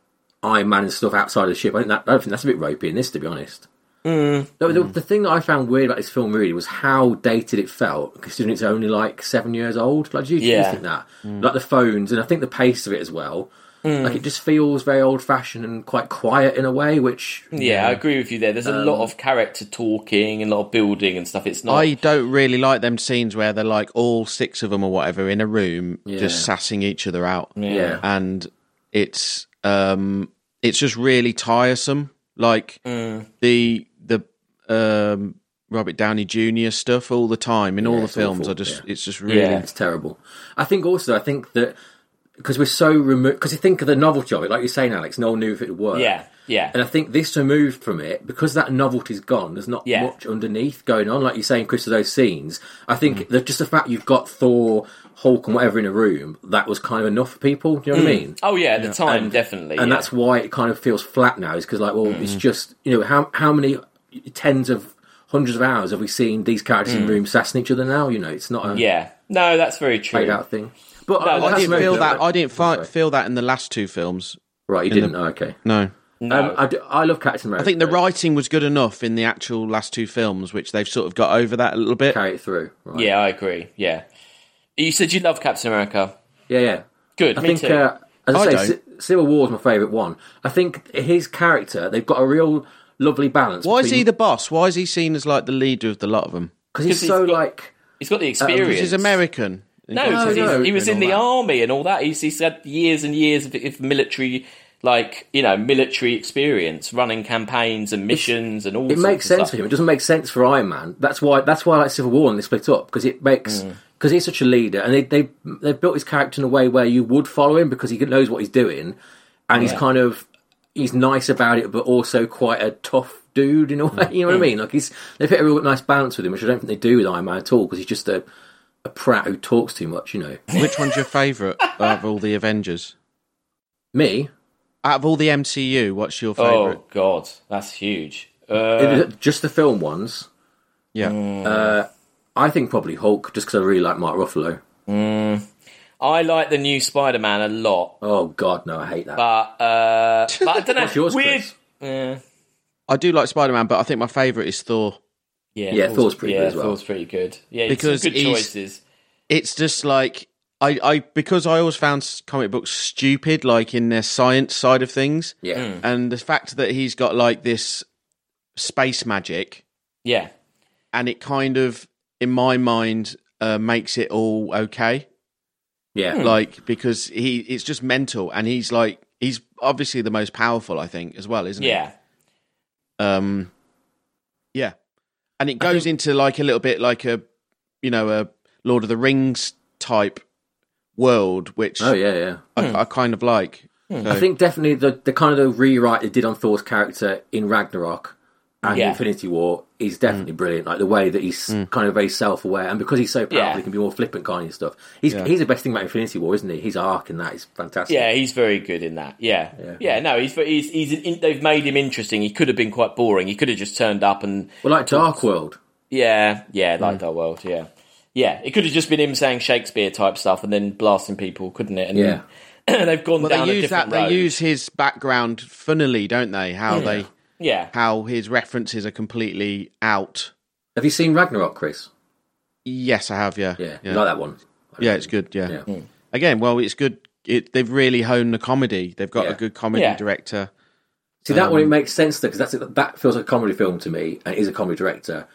Iron Man and stuff outside of the ship, I think that I don't think that's a bit ropey in this. To be honest, Mm. the, the, the thing that I found weird about this film really was how dated it felt, considering it's only like seven years old. Like, do you, do you Yeah. think that? Like the phones, and I think the pace of it as well. Mm. Like it just feels very old fashioned and quite quiet in a way, which Yeah, I agree with you there. There's a Um, lot of character talking and a lot of building and stuff. It's not. I don't really like them scenes where they're like all six of them or whatever in a room just Yeah. sassing each other out. Yeah. And it's um it's just really tiresome. Like Mm. the the um Robert Downey Jr. stuff all the time in all the it's films. awful, I just yeah. it's just really Yeah. It's terrible. I think also, I think that because we're so removed, because you think of the novelty of it, like you're saying, Alex, no one knew if it would work. yeah, yeah. And I think this removed from it, because that novelty's gone, there's not Yeah. much underneath going on. Like you're saying, Chris, of those scenes, I think that just the fact you've got Thor, Hulk, and whatever in a room, that was kind of enough for people. Do you know what I mean? oh yeah, at the time definitely. and yeah. that's why it kind of feels flat now. Is because like, well, it's just you know how how many tens of hundreds of hours have we seen these characters in rooms sassing each other now? You know, it's not a yeah. No, that's very true. played out thing. But I I That's didn't very feel good. that I didn't fi- feel that in the last two films. Right, you didn't. oh, okay. No. No. Um, I, do- I love Captain America. I think the though. writing was good enough in the actual last two films, which they've sort of got over that a little bit. carry it through. Right. yeah, I agree. Yeah. You said you love Captain America. yeah, yeah. Good. I me think, too. uh, as I, I say, don't. C- Civil War's my favourite one. I think his character, they've got a real lovely balance. Why is he the boss? Why is he seen as like the leader of the lot of them? Because he's 'Cause he's so got- like. he's uh, got the experience. He's American. No, No, 'cause he's- no, he was in and the all army and all that. He's, he's had years and years of, of military, like you know, military experience, running campaigns and missions and all. It sorts makes of sense stuff. for him. It doesn't make sense for Iron Man. That's why. That's why I like Civil War and they split up because it makes because he's such a leader and they they they built his character in a way where you would follow him because he knows what he's doing and he's kind of he's nice about it but also quite a tough dude in a way. You know what I mean? Like he's they've hit a real nice balance with him, which I don't think they do with Iron Man at all because he's just a a prat who talks too much. You know, that. Which one's your favourite out of all the Avengers? me Out of all the MCU, what's your Oh favourite? god, that's huge. Uh, just the film ones. yeah. mm. I think probably Hulk just because I really like Mark Ruffalo. I like the new Spider-Man a lot, Oh God, no, I hate that. but uh, but [LAUGHS] I don't know. What's yours, weird. Chris? Yeah, I do like Spider Man, but I think my favourite is Thor. yeah, Yeah, Thor's pretty yeah, good as well. Thor's pretty good. Yeah, because Because good he's- choices. It's just like I, I because I always found s- comic books stupid, like in their science side of things. yeah. Hmm. And the fact that he's got like this space magic Yeah, and it kind of in my mind uh, makes it all okay Yeah, [LAUGHS] Hmm. like because he it's just mental and he's like he's obviously the most powerful i think as well isn't yeah, he um yeah and it goes into like a little bit like a you know a lord of the rings type world which Oh yeah, yeah. Hmm. I, I kind of like I think definitely the the kind of the rewrite they did on Thor's character in Ragnarok and Yeah. Hmm. Infinity War is definitely brilliant. Like the way that he's kind of very self aware, and because he's so powerful, Yeah. he can be more flippant kind and stuff. He's he's the best thing about Infinity War, isn't he? His arc in that is fantastic. yeah. He's very good in that. Yeah, yeah. no, he's he's, he's in, they've made him interesting. He could have been quite boring. He could have just turned up and Well, like Dark World. Yeah, yeah, like Hmm. that world, yeah. Yeah, it could have just been him saying Shakespeare type stuff and then blasting people, couldn't it? And Yeah. [CLEARS THROAT] they've gone but down they a use different that road. they use his background funnily don't they how they yeah, how his references are completely out Have you seen Ragnarok, Chris? yes i have yeah Yeah, you like that one. Yeah, it's good. Yeah. Yeah. Hmm. Again, well, it's good. It, they've really honed the comedy. They've got Yeah. a good comedy Yeah. director. See that Um, one, it makes sense though, because that's that feels like a comedy film to me, and is a comedy director.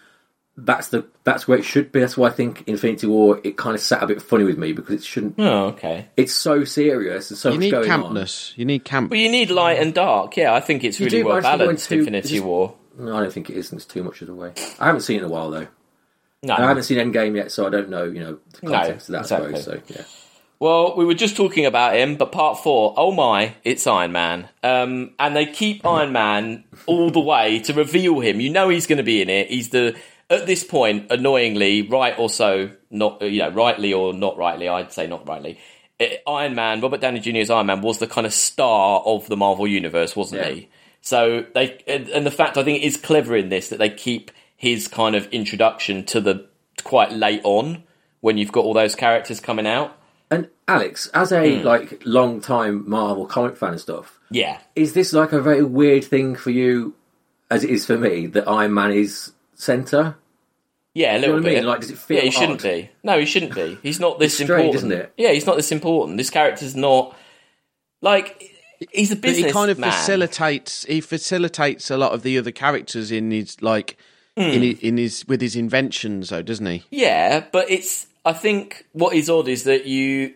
That's the that's where it should be. That's why I think Infinity War it kind of sat a bit funny with me because it shouldn't. oh, okay. It's so serious and Hmm. so You much need going on. campness. You need camp. But you need light and dark, yeah. I think it's really Hmm. do, well but I just think balanced, when two- Infinity just- War. No, I don't think it isn't. It's too much of the way. I haven't seen it in a while though. No. I haven't seen Endgame yet, so I don't know. You know the context No, of that. I suppose. exactly. So yeah. Well, we were just talking about him, but part four, oh my, it's Iron Man. Um, and they keep Iron Man all the way to reveal him. You know he's going to be in it. He's the, at this point, annoyingly, right or so, not, you know, rightly or not rightly, I'd say not rightly, eh, Iron Man, Robert Downey Jr.'s Iron Man was the kind of star of the Marvel universe, wasn't Yeah. he? So they and, and the fact I think it is clever in this that they keep his kind of introduction to the quite late on when you've got all those characters coming out. And Alex, as a Hmm. like long time Marvel comic fan and stuff, Yeah, is this like a very weird thing for you, as it is for me, that Iron Man is centre? yeah, a know little what I mean? bit. Like, does it feel yeah, he shouldn't odd? be. No, he shouldn't be. He's not this strange, important, isn't it? Yeah, he's not this important. This character's not like he's a But business. he kind of man. facilitates. He facilitates a lot of the other characters in his like Hmm. in, his, in his with his inventions, though, doesn't he? Yeah, but it's. I think what is odd is that you,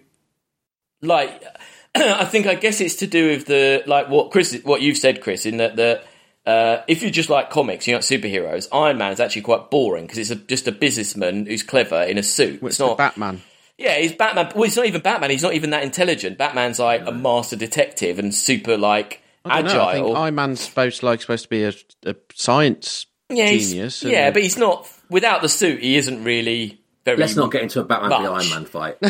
like, [CLEARS THROAT] I think I guess it's to do with the like what Chris, what you've said, Chris, in that that uh, if you just like comics, you're not superheroes. Iron Man is actually quite boring because it's a, just a businessman who's clever in a suit. It's it's not. Batman. yeah, he's Batman. Well, it's not even Batman. He's not even that intelligent. Batman's like a master detective and super like I don't agile. know, I think Iron Man's supposed like supposed to be a, a science yeah, he's- genius. and- Yeah, but he's not without the suit. He isn't really very. Let's not get into a Batman v Much. Iron Man fight. [LAUGHS]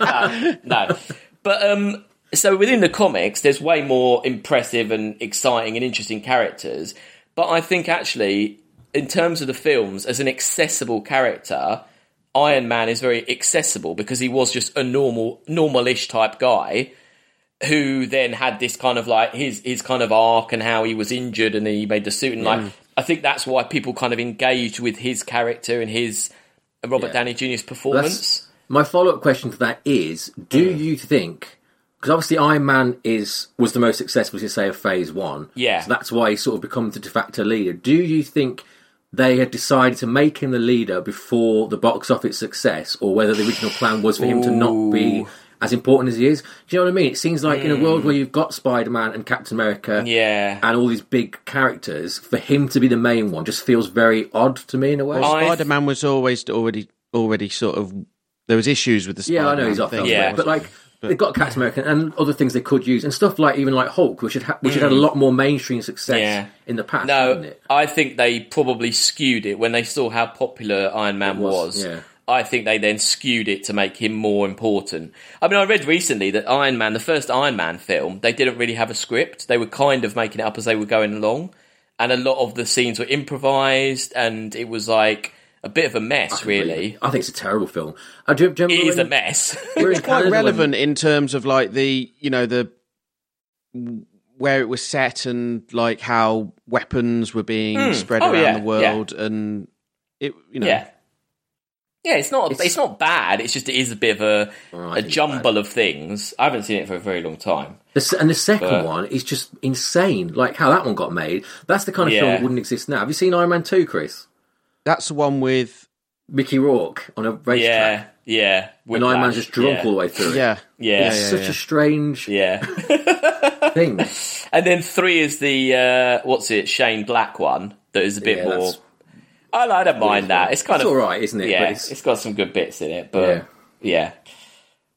no. But um, so within the comics, there's way more impressive and exciting and interesting characters. But I think actually, in terms of the films, as an accessible character, Iron Man is very accessible because he was just a normal, normal-ish type guy who then had this kind of like his his kind of arc and how he was injured and he made the suit and like I think that's why people kind of engaged with his character and his Robert Yeah. Downey Jr.'s performance. That's, my follow up question to that is: Do Mm. you think? Because obviously, Iron Man is was the most successful, as you say, of Phase One. Yeah. so that's why he sort of becomes the de facto leader. Do you think they had decided to make him the leader before the box office success, or whether the original plan was for him to not be as important as he is? Do you know what I mean? It seems like in a world where you've got Spider Man and Captain America, Mm. Yeah. and all these big characters, for him to be the main one just feels very odd to me in a way. I- Spider Man was always already already sort of there was issues with the Yeah, Spider-Man I know he's off thing, that Yeah. but like they've got Captain America and other things they could use, and stuff like even like Hulk, which had ha- which had had a lot more mainstream success Mm. Yeah. in the past, hadn't No, it? I think they probably skewed it when they saw how popular Iron Man was. was, yeah. I think they then skewed it to make him more important. I mean, I read recently that Iron Man, the first Iron Man film, they didn't really have a script. They were kind of making it up as they were going along, and a lot of the scenes were improvised, and it was like a bit of a mess, really. I think it's a terrible film. I do, do you It remember is a when- mess. [LAUGHS] we were in quite Canada when- relevant in terms of like the you know the where it was set and like how weapons were being spread Oh, around yeah, the world and it you know yeah. Yeah, it's not it's, It's- Oh, not bad. It's just it is a bit of a I a think it's jumble of things. I haven't seen it for a very long time. The se- and the second But- one is just insane. Like how that one got made. That's the kind of film Yeah. that wouldn't exist now. Have you seen Iron Man Two, Chris? that's the one with Mickey Rourke on a racetrack, Yeah, yeah. and Iron Man's just drunk yeah. all the way through. it. yeah Yeah, Such a strange yeah. [LAUGHS] thing. and then three is the uh, what's it? Shane Black one that is a bit Yeah, more. that's- I, I don't mind that. It's kind It's of all right, isn't it? Yeah, But it's, it's- it's got some good bits in it, but yeah. Yeah.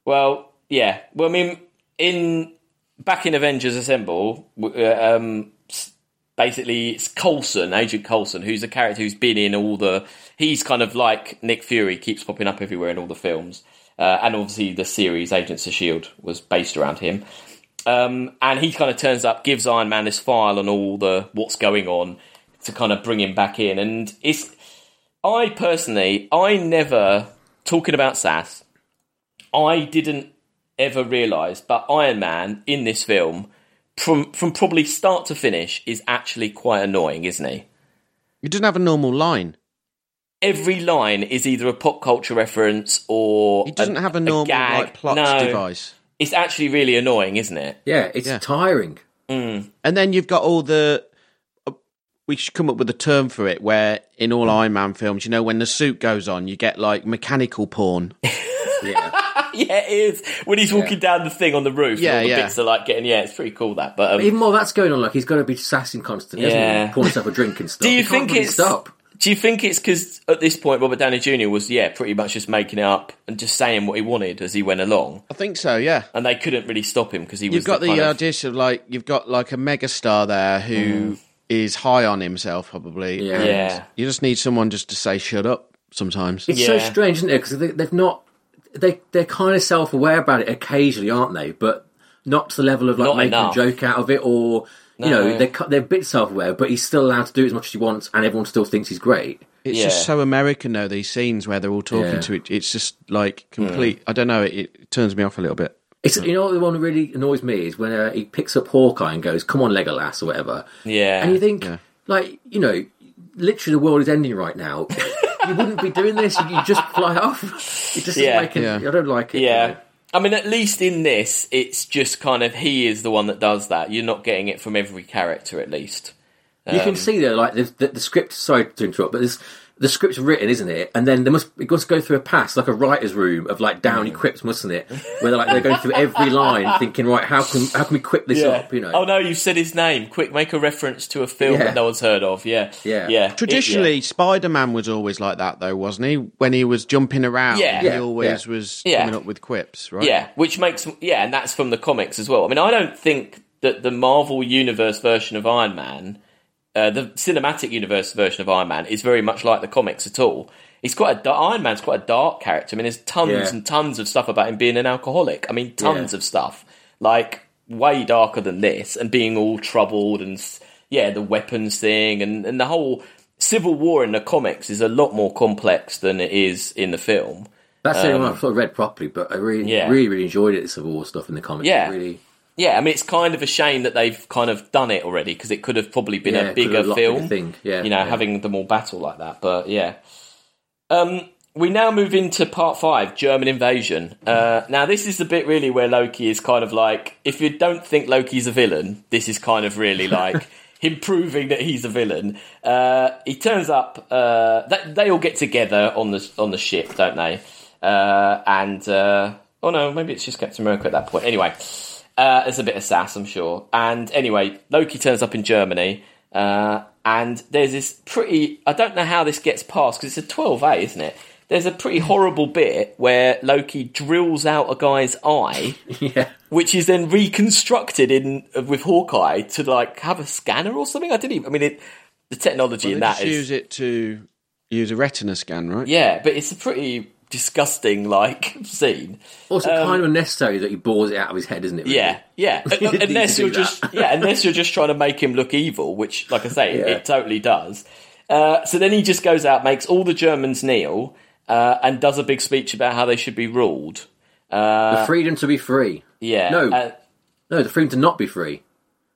Well, yeah. Well, I mean, in back in Avengers Assemble, w- uh, um, s- basically it's Coulson, Agent Coulson, who's a character who's been in all the. He's kind of like Nick Fury, keeps popping up everywhere in all the films, uh, and obviously the series Agents of Shield E was based around him. Um, and he kind of turns up, gives Iron Man this file and all the what's going on to kind of bring him back in. And it's, I personally, I never, talking about Sass, I didn't ever realise, but Iron Man in this film, from, from probably start to finish, is actually quite annoying, isn't he? it doesn't have a normal line Every line is either a pop culture reference or. it doesn't have a normal gag. like plot No. device It's actually really annoying, isn't it? [LAUGHS] Yeah, it's tiring. And then you've got all the. uh, We should come up with a term for it where in all Iron Man films, you know, when the suit goes on, you get like mechanical [LAUGHS] porn. Yeah. Yeah, it is. When he's walking down the thing on the roof, yeah, and Yeah, all the yeah. bits are like getting. Yeah, it's pretty cool that. But um, Even more that's going on, like he's got to be sassing constantly, Yeah. yeah. Pouring himself a drink and [LAUGHS] stuff. Do you He can't think bloody it's- stop? Do you think it's because at this point Robert Downey Jr. was yeah pretty much just making it up and just saying what he wanted as he went along, I think so, yeah. and they couldn't really stop him because he was You've got the, kind of- idea of like, you've got like a megastar there who is high on himself, probably. Yeah. and Mm. yeah You just need someone just to say, shut up sometimes. It's Yeah. so strange, isn't it? Because they, they've not. they they're kind of self aware about it occasionally, aren't they? But not to the level of like Not making enough. a joke out of it, or you know, they're cu- they're a bit self aware, but he's still allowed to do as much as he wants, and everyone still thinks he's great. It's Yeah. just so American, though. These scenes where they're all talking Yeah. to it, it's just like Mm. complete. I don't know. It, it turns me off a little bit. It's Hmm. you know what the one that really annoys me is when uh, he picks up Hawkeye and goes, "Come on, Legolas" or whatever. Yeah. and you think like you know, literally the world is ending right now. you wouldn't be doing this. You you'd just fly [LAUGHS] off. It just Yeah. yeah. like Yeah. I don't like it. Yeah. I mean, at least in this, it's just kind of he is the one that does that. You're not getting it from every character, at least. You Um, can see though, like the, the, the script. Sorry to interrupt, but this the script's written, isn't it? And then there must it must go through a pass, like a writer's room of like Downey Mm. Quips, mustn't it? Where they're like they're going through every line, thinking, right, how can how can we quip this up? You know, Oh no, you said his name. Quick, make a reference to a film Yeah. that no one's heard of. Yeah. Yeah. Yeah. It- Traditionally, Spider Man was always like that, though, wasn't he? When he was jumping around, Yeah. he Yeah, always yeah. was Yeah. coming up with quips, right? yeah. yeah. Which makes yeah, and that's from the comics as well. I mean, I don't think that the Marvel Universe version of Iron Man, uh, the cinematic universe version of Iron Man, is very much like the comics at all. He's quite a da- Iron Man's quite a dark character. I mean, there's tons Yeah. and tons of stuff about him being an alcoholic. I mean, tons of stuff like way darker than this, and being all troubled and s- yeah, the weapons thing and and the whole civil war in the comics is a lot more complex than it is in the film. that's the only one I've sort of read properly, but I really, um, Yeah. really, really enjoyed it. It's of all stuff in the comics. Yeah. really. Yeah, I mean, it's kind of a shame that they've kind of done it already because it could have probably been Yeah, a it could have bigger been a lot bigger film. thing, yeah, you know, yeah. having them all battle like that. But yeah, um, we now move into part five: German invasion. Uh, now, this is the bit really where Loki is kind of like, if you don't think Loki's a villain, this is kind of really [LAUGHS] like. Him proving that he's a villain. Uh, he turns up. Uh, that, they all get together on the on the ship, don't they? Uh, and uh, oh no, maybe it's just Captain America at that point. Anyway, uh, there's a bit of sass, I'm sure. And anyway, Loki turns up in Germany, uh, and there's this pretty. I don't know how this gets past because it's a 12A, isn't it? There's a [LAUGHS] pretty horrible bit where Loki drills out a guy's [LAUGHS] eye, Yeah, which is then reconstructed in with Hawkeye to like have a scanner or something. I didn't even. I mean, it, the technology They in that just is use it to use a retina scan, right? yeah, but it's a pretty disgusting like [LAUGHS] scene. also kind of unnecessary that he bores it out of his head, isn't it? really? Um, Yeah, [LAUGHS] yeah. You need unless to you're do just yeah, unless you're just trying to make him look evil, which, like I say, Yeah. it totally does. Uh, so then he just goes out, makes all the Germans kneel, uh, and does a big speech about how they should be ruled. the freedom to be free. Yeah. No. Uh, No, the freedom to not be free.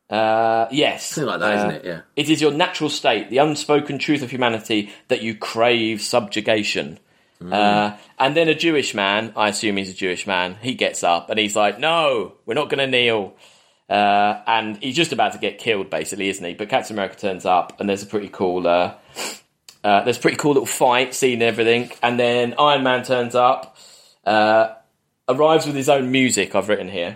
uh, yes. Something like that, Uh, not it? Yeah. It is your natural state, the unspoken truth of humanity, that you crave subjugation. Uh, and then a Jewish man, I assume he's a Jewish man, he gets up and he's like, No, we're not going to kneel. Uh, and he's just about to get killed, basically, isn't he? But Captain America turns up and there's a pretty cool. Uh, uh, there's a pretty cool little fight scene and everything, and then Iron Man turns up, uh, arrives with his own music. I've written here,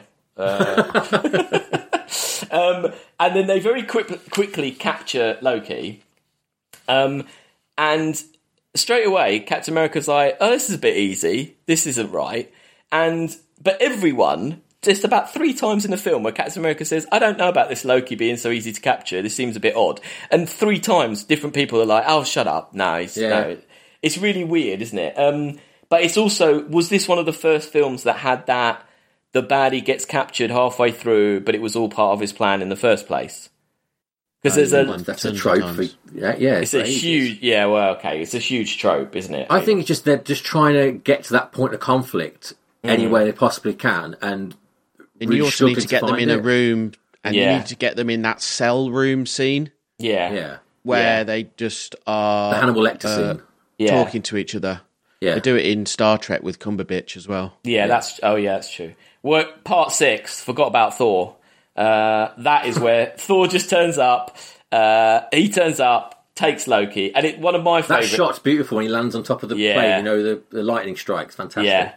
and then they very quick, quickly capture Loki. Um, and straight away, Captain America's like, "Oh, this is a bit easy. This isn't right." And but everyone, just about three times in the film, where Captain America says, "I don't know about this Loki being so easy to capture. This seems a bit odd." And three times, different people are like, "Oh, shut up. No, he's, Yeah. no." It's really weird, isn't it? Um, but it's also was this one of the first films that had that the baddie gets captured halfway through, but it was all part of his plan in the first place. Because there's a Sometimes Oh, that's a Tons of trope. For, times. yeah, yeah, it's a ages. huge, yeah. Well, okay, it's a huge trope, isn't it? I think it's just they're just trying to get to that point of conflict any way they possibly can, and And really you also need struggling to get them find in a it. room, and Yeah. you need to get them in that cell room scene yeah, Yeah, where Yeah. they just the are Hannibal Lecter uh, scene. yeah, talking to each other. Yeah, They do it in Star Trek with Cumberbatch as well. yeah. That's oh yeah, that's true. Well, part six. Forgot about Thor. Uh, that is where [LAUGHS] Thor just turns up. Uh, he turns up, takes Loki, and it one of my that favorite. shot's beautiful when he lands on top of the Yeah. plane. You know, the, the lightning strikes, fantastic. Yeah.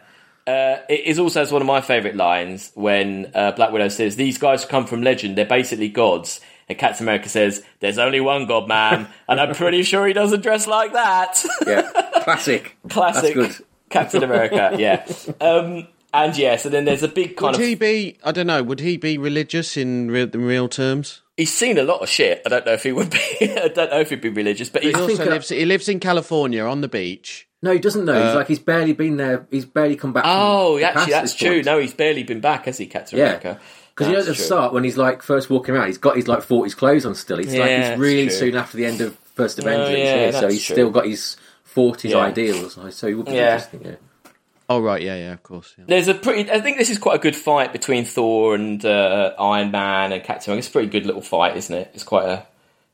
Uh, it is also as one of my favourite lines when uh, Black Widow says, These guys come from legend, they're basically gods. And Captain America says, There's only one god, man, [LAUGHS] and I'm pretty sure he doesn't dress like that. yeah, [LAUGHS] classic. [LAUGHS] Classic That's good. Captain America, yeah. Um, and yeah, so then there's a big kind Would of. he be? I don't know. Would he be religious in real, in real terms? He's seen a lot of shit. [LAUGHS] I don't know if he would be. I don't know if he'd be religious, but he's. He also think uh, I- lives. He lives in California on the beach. No, he doesn't though. he's like he's barely been there. He's barely come back. from Oh, the past actually, at that's this true. point. No, he's barely been back, has he, Captain Yeah. America? Because you know at That's true. the start when he's like first walking around, he's got his like forties clothes on still. He's like Yeah, it's really that's true. soon after the end of First Avengers, yeah, here, so that's he's true. still got his forties Yeah. ideals. So he would be Yeah. interesting. Yeah. Oh right, yeah, yeah, of course. Yeah. There's a pretty. I think this is quite a good fight between Thor and uh, Iron Man and Captain America. It's a pretty good little fight, isn't it? It's quite a,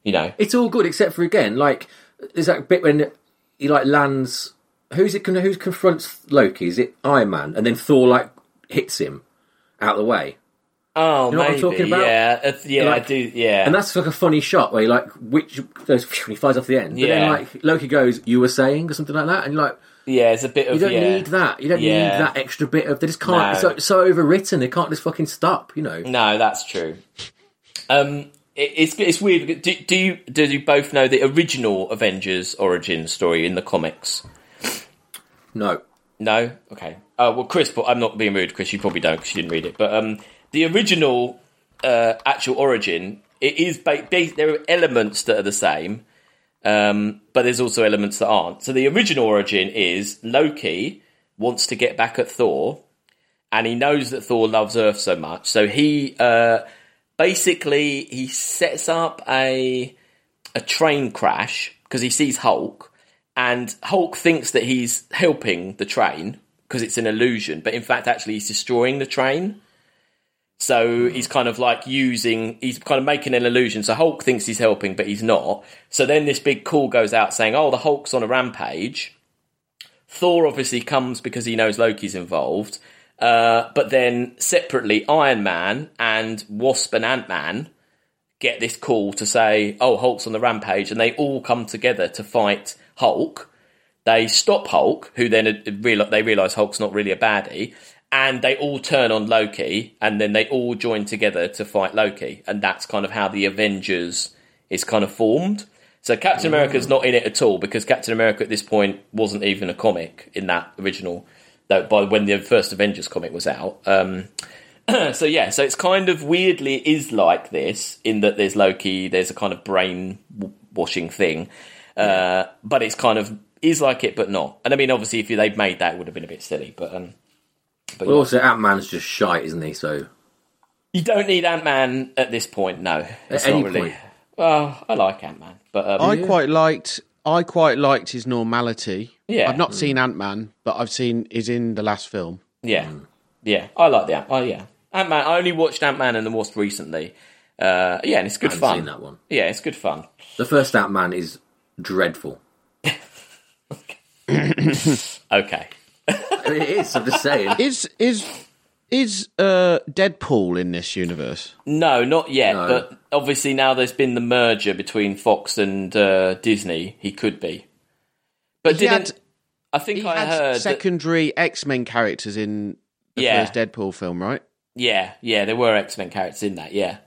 you know, It's all good except for again, like there's that bit when he like lands. Who's it? Who confronts Loki? Is it Iron Man? And then Thor like hits him out of the way. Oh, know what I'm maybe. talking about? Yeah, it's- yeah, Like- I do. Yeah, And that's like a funny shot where he like which goes [LAUGHS] when he flies off the end. But Yeah. then like Loki goes, "You were saying" or something like that, and you're like yeah. It's a bit of you don't yeah. need that. You don't Yeah. need that extra bit of. They just can't. No. It's so, so overwritten. They can't just fucking stop. You know. No, that's true. Um, it, it's it's weird. Do, do you do you both know the original Avengers origin story in the comics? No. No. Okay. Oh well, Chris. But I'm not being rude, Chris. You probably don't because you didn't read it. But um, the original uh, actual origin. It is ba- ba- there are elements that are the same, um, but there's also elements that aren't. So the original origin is Loki wants to get back at Thor, and he knows that Thor loves Earth so much. So he uh, basically he sets up a a train crash because he sees Hulk, and Hulk thinks that he's helping the train because it's an illusion, but in fact, actually, he's destroying the train. So he's kind of like using, he's kind of making an illusion. So Hulk thinks he's helping, but he's not. So then this big call goes out saying, oh, the Hulk's on a rampage. Thor obviously comes because he knows Loki's involved. Uh, but then separately, Iron Man and Wasp and Ant Man get this call to say, oh, Hulk's on the rampage, and they all come together to fight Hulk. They stop Hulk, who then real- they realize Hulk's not really a baddie, and they all turn on Loki, and then they all join together to fight Loki, and that's kind of how the Avengers is kind of formed. So Captain America's not in it at all because Captain America at this point wasn't even a comic in that original, though by when the first Avengers comic was out. Um, so yeah, so it's kind of weirdly it is like this in that there's Loki, there's a kind of brain w- washing thing, uh, but it's kind of is like it but not. And I mean, obviously, if they'd made that, it would have been a bit silly. But um, But also, Ant Man's just shite, isn't he? So you don't need Ant Man at this point, no. It's any not really. point. Well, I like Ant Man, but um, I quite liked. I quite liked his normality. Yeah. I've Hmm. not seen Ant Man, but I've seen is in the last film. Yeah, yeah, I like the Ant. Oh yeah, Ant Man. I only watched Ant Man and the Wasp recently. Uh, yeah, and it's good I haven't fun. seen that one. Yeah, it's good fun. the first Ant Man is dreadful. Okay. I mean, it is. I'm just saying. [LAUGHS] Is is is uh, Deadpool in this universe? No, not yet. No. But obviously now there's been the merger between Fox and uh, Disney. He could be, but He didn't. had- I think He I had heard. that, secondary X Men characters in the Yeah. first Deadpool film, right? yeah, yeah, there were X Men characters in that. Yeah,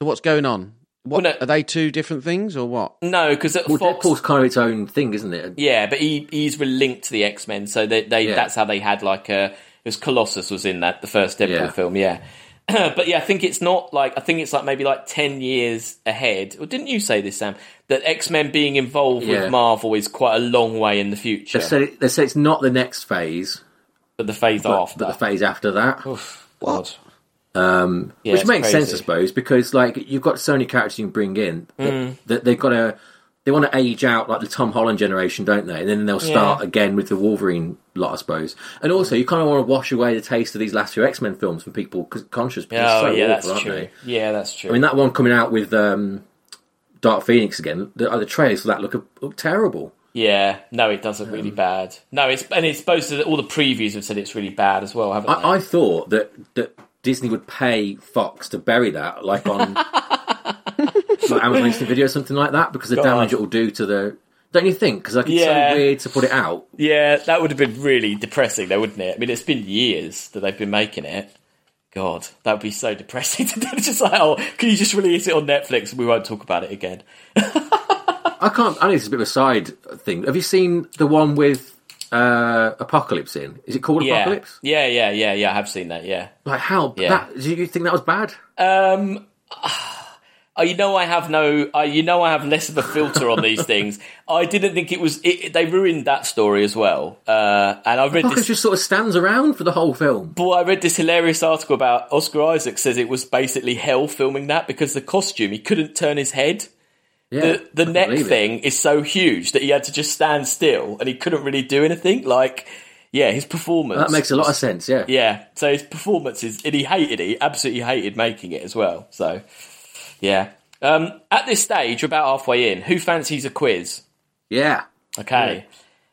So what's going on? What Well, no- are they two different things or what? no, because Well, Fox. Deadpool's kind of its own thing, isn't it? Yeah, but he he's linked to the X Men, so they, they Yeah. that's how they had like a it was Colossus was in that the first Deadpool Yeah. film, yeah. [CLEARS THROAT] but yeah, I think it's not like I think it's like maybe like ten years ahead. Or didn't you say this, Sam? That X Men being involved Yeah. with Marvel is quite a long way in the future, They said it, they said it's not the next phase, but the phase after. but the phase after that. what? Um, Yeah, which it's makes sense, crazy. I suppose, because like you've got so many characters you can bring in that, Mm. that they've got to they want to age out like the Tom Holland generation, don't they? And then they'll start again with the Wolverine lot, I suppose. And also, you kind of want to wash away the taste of these last few X Men films from people c- conscious. Because Oh they're so yeah, awful, that's aren't true. They? Yeah, that's true. I mean, that one coming out with um, Dark Phoenix again. The, uh, the trailers for that look, look terrible. yeah, no, it does look Um, really bad. No, it's and it's supposed to. All the previews have said it's really bad as well, haven't they? I, I thought that that Disney would pay Fox to bury that, like on like Amazon Instant Video or something like that, because the damage it will do to the. Don't you think? Because like it's Yeah. so weird to put it out. Yeah, that would have been really depressing, though, wouldn't it? I mean, it's been years that they've been making it. God, that would be so depressing. [LAUGHS] it's just like, oh, can you just release it on Netflix and we won't talk about it again? I can't. I know it's a bit of a side thing. Have you seen the one with uh, Apocalypse in? Is it called Yeah, Apocalypse? yeah, yeah, yeah, yeah. I have seen that. Yeah, Like how? Yeah. That, do you think that was bad? um, I, you know, I have no, I, you know, I have less of a filter on [LAUGHS] these things. I didn't think it was. It, they ruined that story as well. Uh, and I've read Marcus this. just sort of stands around for the whole film. Well, I read this hilarious article about Oscar Isaac says it was basically hell filming that because the costume he couldn't turn his head. Yeah, The, the I neck believe it. thing is so huge that he had to just stand still and he couldn't really do anything. Like, yeah, his performance. That makes a lot of sense. Yeah. Yeah, so his performances, and he hated it. He absolutely hated making it as well. So, yeah. Um, at this stage, we're about halfway in. Who fancies a quiz? Yeah. Okay.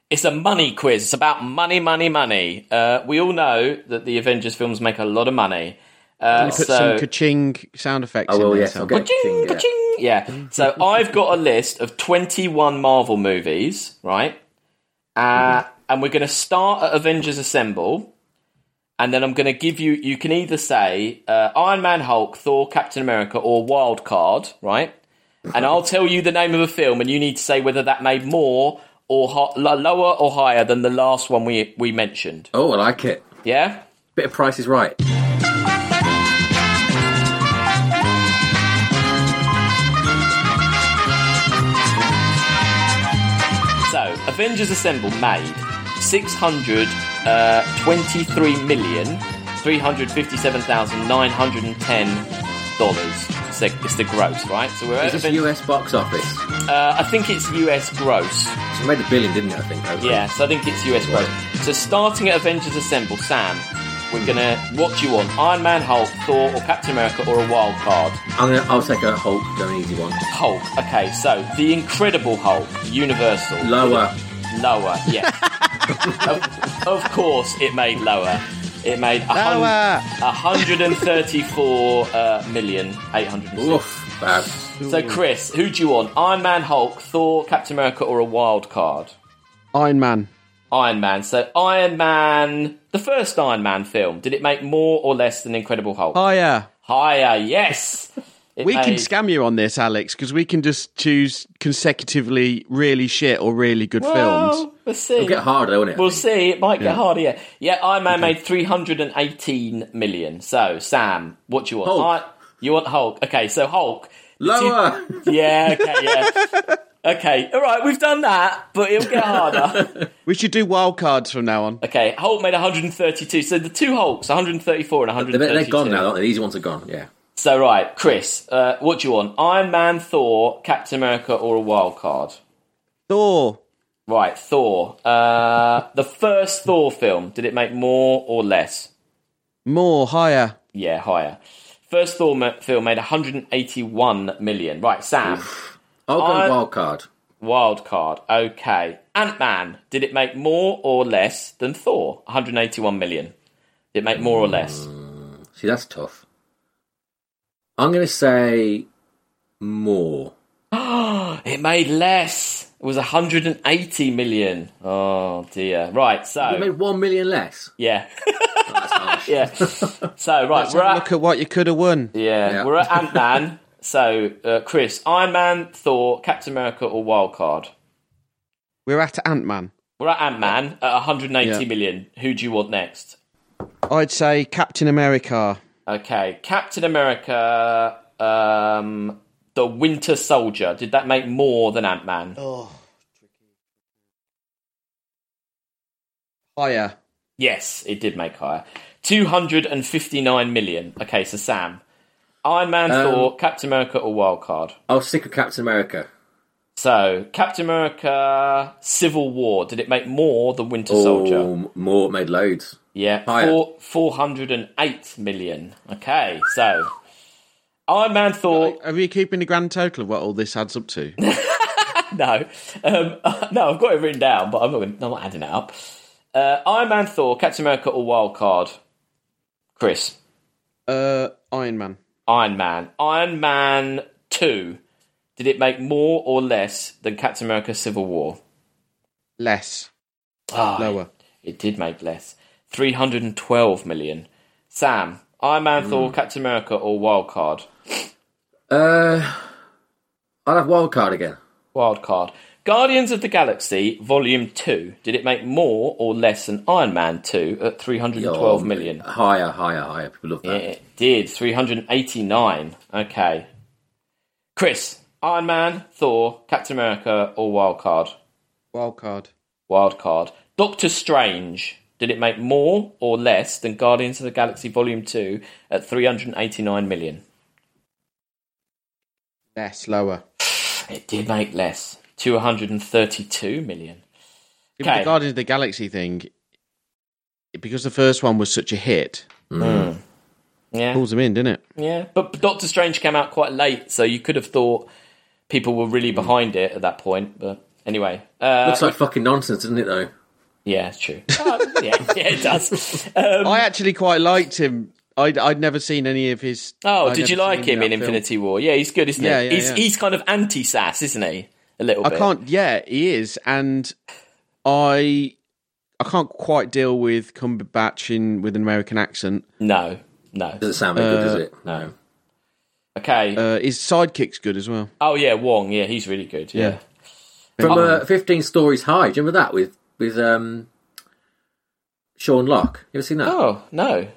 It's a money quiz. It's about money, money, money. Uh, we all know that the Avengers films make a lot of money. Uh, Put so, some ka-ching sound effects I in will. there. Oh, Yes. I'll Sam. get it. Ka-ching, Yeah. ka-ching. Yeah. So I've got a list of 21 Marvel movies, right? Uh, and we're going to start at Avengers Assemble. And then I'm going to give you, you can either say uh, Iron Man, Hulk, Thor, Captain America, or Wild Card, right? And I'll tell you the name of a film, and you need to say whether that made more or ho- lo- lower or higher than the last one we, we mentioned. Oh, I like it. Yeah? Bit of Price is Right. So, Avengers Assemble made uh, 623,357,910 dollars. It's the, it's the gross, right? So we're at Is this Aven- US box office? uh, I think it's US gross. It made a billion, didn't it? I think. over- Yeah, so I think it's US gross. So starting at Avengers Assemble, Sam, Hmm. we're gonna what do you want? Iron Man, Hulk, Thor, or Captain America, or a wild card? I'm gonna. I'll take a Hulk. Go an easy one. Hulk. Okay, so the Incredible Hulk, Universal. Lower. Lower, [LAUGHS] yes. of, of course, it made lower. It made a hun- Lower. 134 uh, million eight hundred. Oof. Bad. So, Chris, who do you want? Iron Man, Hulk, Thor, Captain America, or a wild card? Iron Man. Iron Man. So, Iron Man, the first Iron Man film, did it make more or less than Incredible Hulk? Oh yeah. Higher, yes. It We can made- scam you on this, Alex, because we can just choose consecutively really shit or really good Well, films. Oh, Let's see. Get harder, won't it? I We'll think? see. It might get harder. Yeah, yeah. Iron Man made three hundred and eighteen million. So Sam, what do you want? Hulk. I- you want Hulk? Okay, so Hulk. The two- [LAUGHS] Lower. yeah. Okay. Yeah. okay. All right. We've done that, but it'll get [LAUGHS] harder. We should do wild cards from now on. okay. Hulk made one hundred and thirty-two. So the two Hulks, one hundred and thirty-four and one hundred They're, and they're thirty-two. gone now, aren't they? These ones are gone. Yeah. So right, Chris, uh, what do you want? Iron Man, Thor, Captain America, or a wild card? Thor. Right, Thor. Uh, the first Thor film. Did it make more or less? More higher. Yeah, higher. First Thor ma- film made 181 million. Right, Sam. I'll go I- wild card. Wild card. Okay. Ant Man. Did it make more or less than Thor? 181 million. Did it make more or less? See, that's tough. I'm gonna say more. It made less. It was 180 million. Oh dear. Right. They So made one million less. yeah, That's harsh. yeah. So right, Let's we're have a at look at what you could have won. yeah, Yeah. we're at Ant Man. So uh, Chris, Iron Man, Thor, Captain America, or Wild Card? We're at Ant Man. We're at Ant Man at 180 Yeah. million. Who do you want next? I'd say Captain America. Okay, Captain America, um, the Winter Soldier. Did that make more than Ant Man? Oh. Higher. Yes, it did make higher. 259 million. Okay, so Sam. Iron Man, Um, Thor, Captain America, or Wild Card? I'll stick with Oh, Captain America. So, Captain America, Civil War. Did it make more than Winter Soldier? Oh, more made loads. Yeah, higher. four, 408 million. Okay, so. Iron Man, Thor, Are we keeping the grand total of what all this adds up to? [LAUGHS] No, um, no, I've got it written down, but I'm not. Gonna, I'm not adding it up. Uh, Iron Man, Thor, Captain America, or Wild Card? Chris, uh, Iron Man. Iron Man, Iron Man Two. Did it make more or less than Captain America: Civil War? Less. Ah, Lower. It did make less. Three hundred and twelve million. Sam, Iron Man, Thor, Captain America, or Wild Card? Uh, I'll have wild card again. Wild Card. Guardians of the Galaxy Volume Two. Did it make more or less than Iron Man Two at three hundred and twelve Oh, million? Higher, higher, higher. People love that. It did 389. Okay. Chris, Iron Man, Thor, Captain America, or Wild Card? Wild card. Wild Card. Doctor Strange. Did it make more or less than Guardians of the Galaxy Volume 2 at 389 million? Less, lower. It did make less. 232 million. If The Okay. Guardians of the Galaxy thing, because the first one was such a hit, Yeah. pulls them in, didn't it? Yeah, but Doctor Strange came out quite late, so you could have thought people were really behind it at that point. But anyway, uh, Looks like fucking nonsense, doesn't it? Though yeah, it's true. [LAUGHS] Uh, yeah, yeah, it does. Um, I actually quite liked him. I'd, I'd never seen any of his. Oh, I'd did you never like seen him in that film. Infinity War? Yeah, he's good, isn't Yeah, he? yeah, he's yeah. he's kind of anti-sass, isn't he? A little bit. I can't. Yeah, he is, and I I can't quite deal with Cumberbatch in with an American accent. No, no. doesn't sound very Uh, good, does it? No. Okay. Uh, his sidekick's good as well. oh yeah, Wong. Yeah, he's really good. Yeah. From uh, Fifteen Stories High, do you remember that with with um, Sean Locke? You ever seen that? Oh no,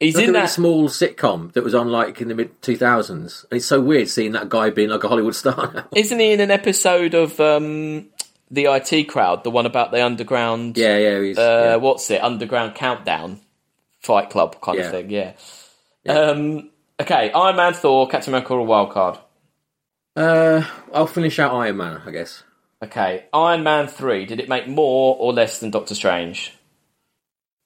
he's It's like in a really that. small sitcom that was on like in the mid 2000s, and it's so weird seeing that guy being like a Hollywood [LAUGHS] star now. Isn't he in an episode of um, the IT Crowd, the one about the underground? Yeah, yeah, he's, uh, yeah. what's it? Underground Countdown, Fight Club kind of Yeah. thing. Yeah. Um, okay, Iron Man, Thor, Captain America, or a wild card. Uh, I'll finish out Iron Man, I guess. Okay, Iron Man three. Did it make more or less than Doctor Strange?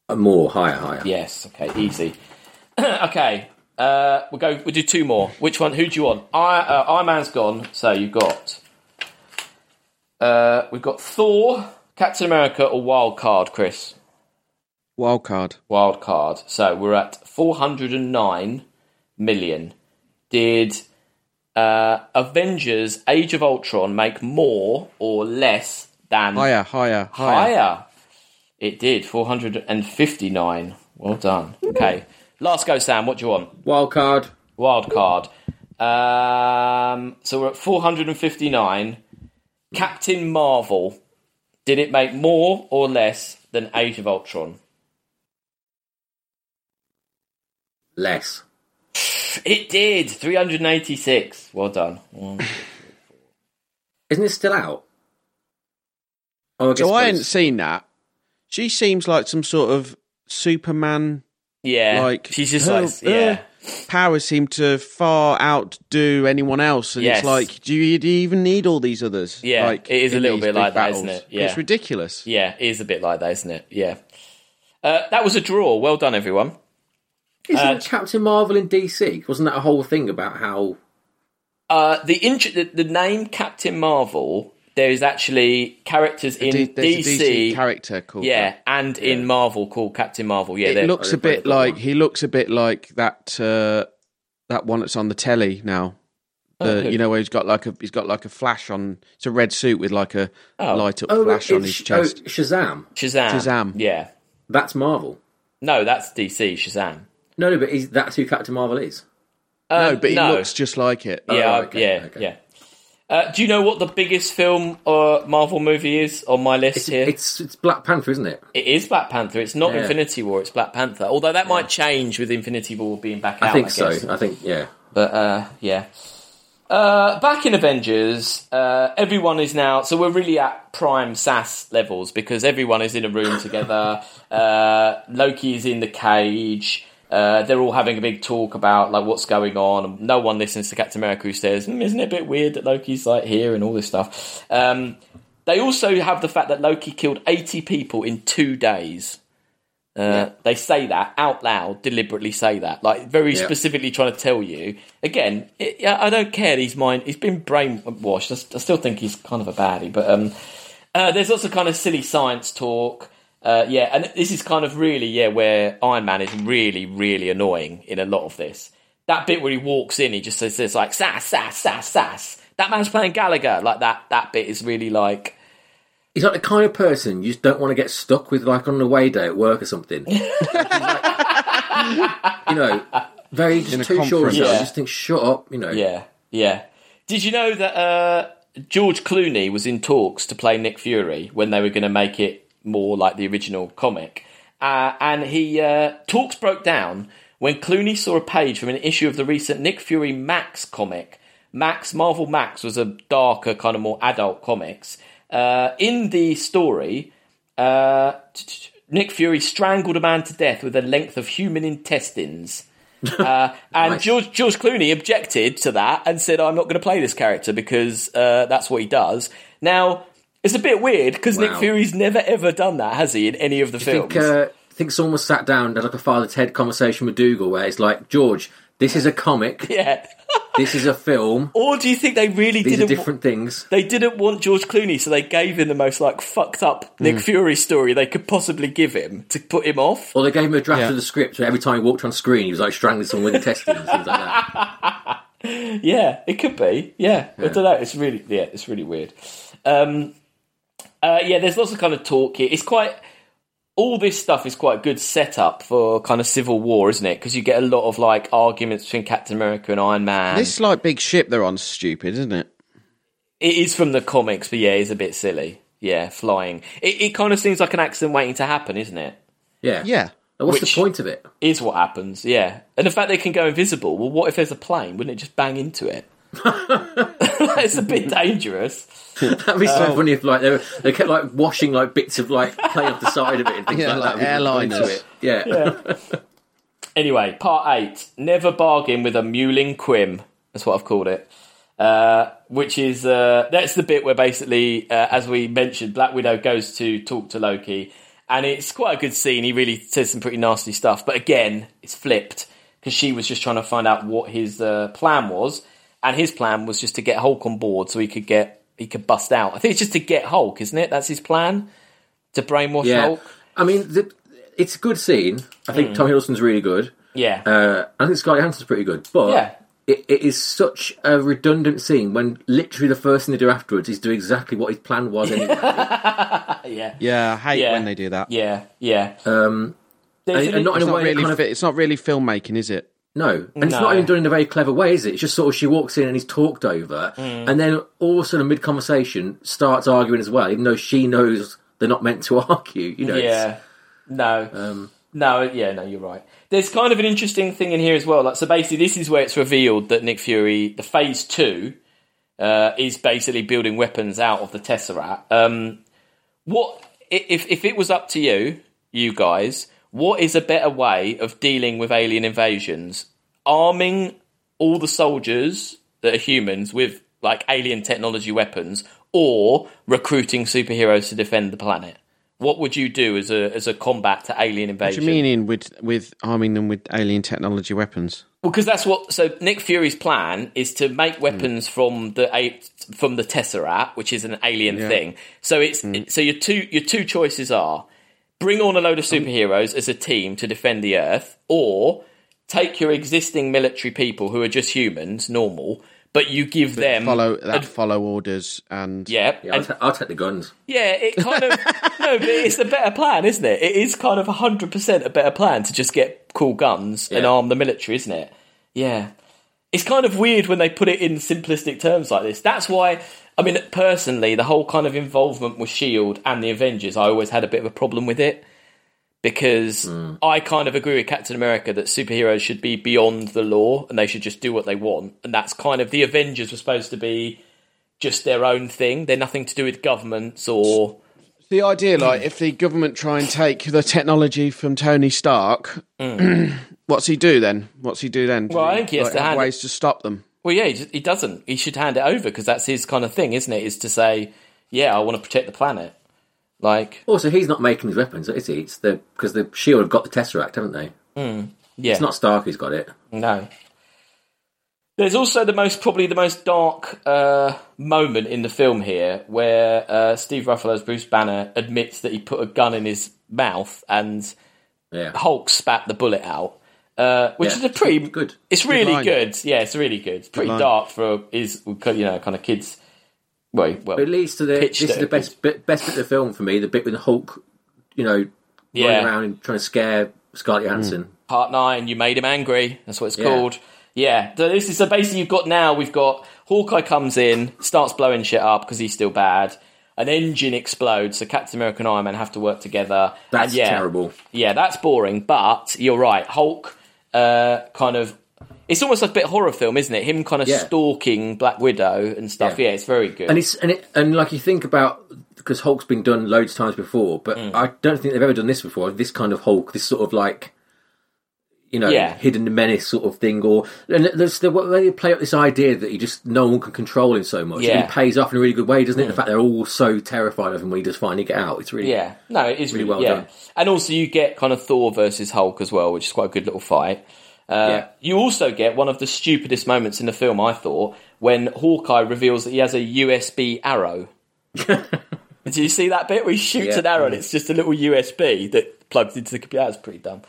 Uh, More higher, higher. Yes. Okay, easy. [COUGHS] okay, uh, we'll go. We'll do two more. Which one? Who do you want? I, uh, Iron Man's gone, so you've got. Uh, we've got Thor, Captain America, or Wild Card, Chris. Wild card. wild card. So we're at 409 million. Did uh, Avengers Age of Ultron make more or less than Higher, higher, higher. higher? It did, 459. Well done. Okay. Last go, Sam. What do you want? Wild card. Wild card. Um, so we're at 459. Captain Marvel. Did it make more or less than Age of Ultron? Less. It did. 386. Well done. Mm. Isn't it still out? Oh, I guess So I hadn't it's- seen that. She seems like some sort of Superman. Yeah. Like eh? she's just her- like yeah. her powers seem to far outdo anyone else, and Yes. it's like, do you, do you even need all these others? Yeah, like, it is a in little these bit big like that, isn't battles? it? Yeah. it's ridiculous. Yeah, it is a bit like that, isn't it? Yeah. Uh, that was a draw. Well done everyone. Isn't uh, Captain Marvel in DC? Wasn't that a whole thing about how? Uh, the, int- the the name Captain Marvel there is actually characters in D- there's DC, a DC character called. yeah, that. and in Marvel called Captain Marvel. Yeah, it they're- looks a they're bit both like one. he looks a bit like that uh, that one that's on the telly now. The, Oh, who? you know where he's got like a he's got like a flash on. It's a red suit with like a light up Oh, flash on it's- his chest. oh, Shazam. Shazam. Shazam. Yeah. That's Marvel. No, that's DC Shazam. Um, No, no, but is, that's who Captain Marvel is. Uh, no, but he no. looks just like it. Yeah, Oh, I- okay, yeah, okay. yeah. Uh, do you know what the biggest film or Marvel movie is on my list It's, here? it's it's Black Panther, isn't it? It is Black Panther. It's not Yeah. Infinity War. It's Black Panther. Although that might change with Infinity War being back out. I think guess. so. I think yeah. But uh, yeah. Uh, back in Avengers, uh, everyone is now. So we're really at prime SAS levels because everyone is in a room together. uh, Loki is in the cage. Uh, they're all having a big talk about like what's going on. and No one listens to Captain America who says, "Hmm, "Isn't it a bit weird that Loki's like here and all this stuff?" Um, they also have the fact that Loki killed eighty people in two days. Uh, They say that out loud, deliberately say that, like very Yeah. specifically trying to tell you. Again, it, yeah, I don't care. that He's mine. He's been brainwashed. I, s- I still think he's kind of a baddie, but um, uh, there's lots of kind of silly science talk. Uh, yeah, and this is kind of really yeah where Iron Man is really really annoying in a lot of this. That bit where he walks in, he just says this like sass sass sass sass. That man's playing Gallagher like that. That bit is really like He's like the kind of person you just don't want to get stuck with, like on the way day at work [LAUGHS] or something. you know, very a just too sure of conference. himself. Yeah. Just think, shut up. You know, Yeah, yeah. Did you know that uh, George Clooney was in talks to play Nick Fury when they were going to make it more like the original comic? Uh, and he uh, talks broke down when Clooney saw a page from an issue of the recent Nick Fury Max comic Max, Marvel Max was a darker, kind of more adult comics. Uh, in the story, uh, t- t- Nick Fury strangled a man to death with a length of human [LAUGHS] intestines. Uh, and George, George Clooney objected to that and said, I'm not going to play this character because uh, that's what he does. Now, it's a bit weird because Nick Wow. Fury's never ever done that, has he, in any of the I films? think, uh, I think someone was sat down and had like a father Ted conversation with Dougal where it's like, George, this is a comic, yeah. this is a film, or do you think they really these are didn't. different things. they didn't want George Clooney, so they gave him the most like fucked up Nick Hmm. Fury story they could possibly give him to put him off. Or they gave him a draft Yeah. of the script, so every time he walked on screen, he was like strangling someone with intestines and things [LAUGHS] like that. Yeah, it could be. Yeah, I don't know. It's really yeah, it's really weird. Um, uh, yeah, there's lots of kind of talk here. It's quite all this stuff is quite a good setup for kind of civil war, isn't it? Because you get a lot of like arguments between Captain America and Iron Man. This like big ship they're on, stupid, isn't it? It is from the comics, but yeah, it's a bit silly. Yeah, flying. It, it kind of seems like an accident waiting to happen, isn't it? Yeah. Yeah. Like, what's Which- the point of it? is what happens, yeah. And the fact they can go invisible, well, what if there's a plane? Wouldn't it just bang into it? [LAUGHS] it's a bit dangerous. That'd be so funny if like they, were, they kept like washing like bits of like plane off the side of it and things Yeah, like, like that. We'd look into airliners. it. Yeah. Anyway, part eight never bargain with a mewling quim. That's what I've called it. Uh, which is uh, that's the bit where basically, uh, as we mentioned, Black Widow goes to talk to Loki, and it's quite a good scene. He really says some pretty nasty stuff, but again, it's flipped because she was just trying to find out what his uh, plan was, and his plan was just to get Hulk on board so he could get he could bust out. I think it's just to get Hulk, isn't it? That's his plan to brainwash Yeah. Hulk. I mean, the, it's a good scene. I Mm. think Tom Hiddleston's really good. Yeah, Uh, I think Scarlett Johansson's pretty good, but Yeah. it, it is such a redundant scene when literally the first thing they do afterwards is do exactly what his plan was anyway. [LAUGHS] yeah, Yeah, I hate Yeah. when they do that. yeah, yeah. There's an- and, and Um, not in It's a not way that really kind of fi- it's not really filmmaking, is it? no, and it's No. not even done in a very clever way, is it? It's just sort of she walks in and he's talked over, Mm. and then all of a sudden mid conversation starts arguing as well, even though she knows they're not meant to [LAUGHS] argue. You know, it's- Yeah. No. Um, no, yeah, no, you're right. There's kind of an interesting thing in here as well. Like, so basically, this is where it's revealed that Nick Fury, the Phase Two, uh, is basically building weapons out of the Tesseract. Um, what i- if if it was up to you, you guys? What is a better way of dealing with alien invasions? Arming all the soldiers that are humans with like alien technology weapons, or recruiting superheroes to defend the planet? What would you do as a as a combat to alien What invasion? do you mean in with with arming them with alien technology weapons? Well, because that's what. So Nick Fury's plan is to make weapons from the a- from the Tesseract, which is an alien thing. So it's so your two your two choices are bring on a load of superheroes as a team to defend the Earth, or take your existing military people who are just humans, normal, but you give them Follow that follow orders and Mm. Yeah, yeah, and I'll, ta- I'll take the guns. yeah, it kind of no, but it's the better plan, isn't it? It is kind of hundred percent a better plan to just get cool guns and Yeah. arm the military, isn't it? Yeah, it's kind of weird when they put it in simplistic terms like this. That's why, I mean, personally, the whole kind of involvement with Shield E and the Avengers, I always had a bit of a problem with it because I kind of agree with Captain America that superheroes should be beyond the law and they should just do what they want, and that's kind of the Avengers were supposed to be. Just their own thing. They're nothing to do with governments or the idea like if the government try and take the technology from Tony Stark, [CLEARS THROAT] what's he do then? What's he do then? Mm. Does Well, I think he has like, to have hand- ways to stop them. Well, yeah, he, just, he doesn't. He should hand it over because that's his kind of thing, isn't it? Is to say, yeah, I want to protect the planet. Like, Also, he's not making his weapons, is he? It's the because the Shield E have got the Tesseract, haven't they? Hmm, yeah, It's not Stark who's got it. no. There's also the most probably the most dark uh, moment in the film here, where uh, Steve Ruffalo's Bruce Banner admits that he put a gun in his mouth and Yeah, Hulk spat the bullet out, uh, which Yeah. is a pretty Good. It's really line. good. Yeah, it's really good. It's pretty line. dark for is you know kind of kids. Well, well, But it leads to the Pitched this is it. the best bit, best bit of the film for me. The bit with Hulk, you know, yeah. Hmm. running around and trying to scare Scarlett Johansson. Part Nine, you made him angry. That's what it's called. Yeah. So this is so basically you've got now we've got Hawkeye comes in, starts blowing shit up because he's still bad. An engine explodes, so Captain America and Iron Man have to work together. That's and yeah, terrible. Yeah, that's boring. But you're right. Hulk uh, kind of It's almost like a bit horror film, isn't it? Him kind of Yeah. stalking Black Widow and stuff. Yeah, Yeah. it's very good. and it's and it and like you think about because Hulk's been done loads of times before, but Mm. I don't think they've ever done this before. This kind of Hulk, this sort of like you know Yeah. hidden menace sort of thing, or and there's the way they play up this idea that he just no one can control him so much. Yeah. Mm. And he pays off in a really good way, doesn't it? The fact they're all so terrified of him when he does finally get out. It's really yeah, no, it is really really well well yeah. done. And also, you get kind of Thor versus Hulk as well, which is quite a good little fight. Uh, Yeah. You also get one of the stupidest moments in the film, I thought, when Hawkeye reveals that he has a USB [LAUGHS] arrow. Do you see that bit where he shoots Yeah. an arrow and it's just a little USB that plugs into the computer? That's pretty dumb.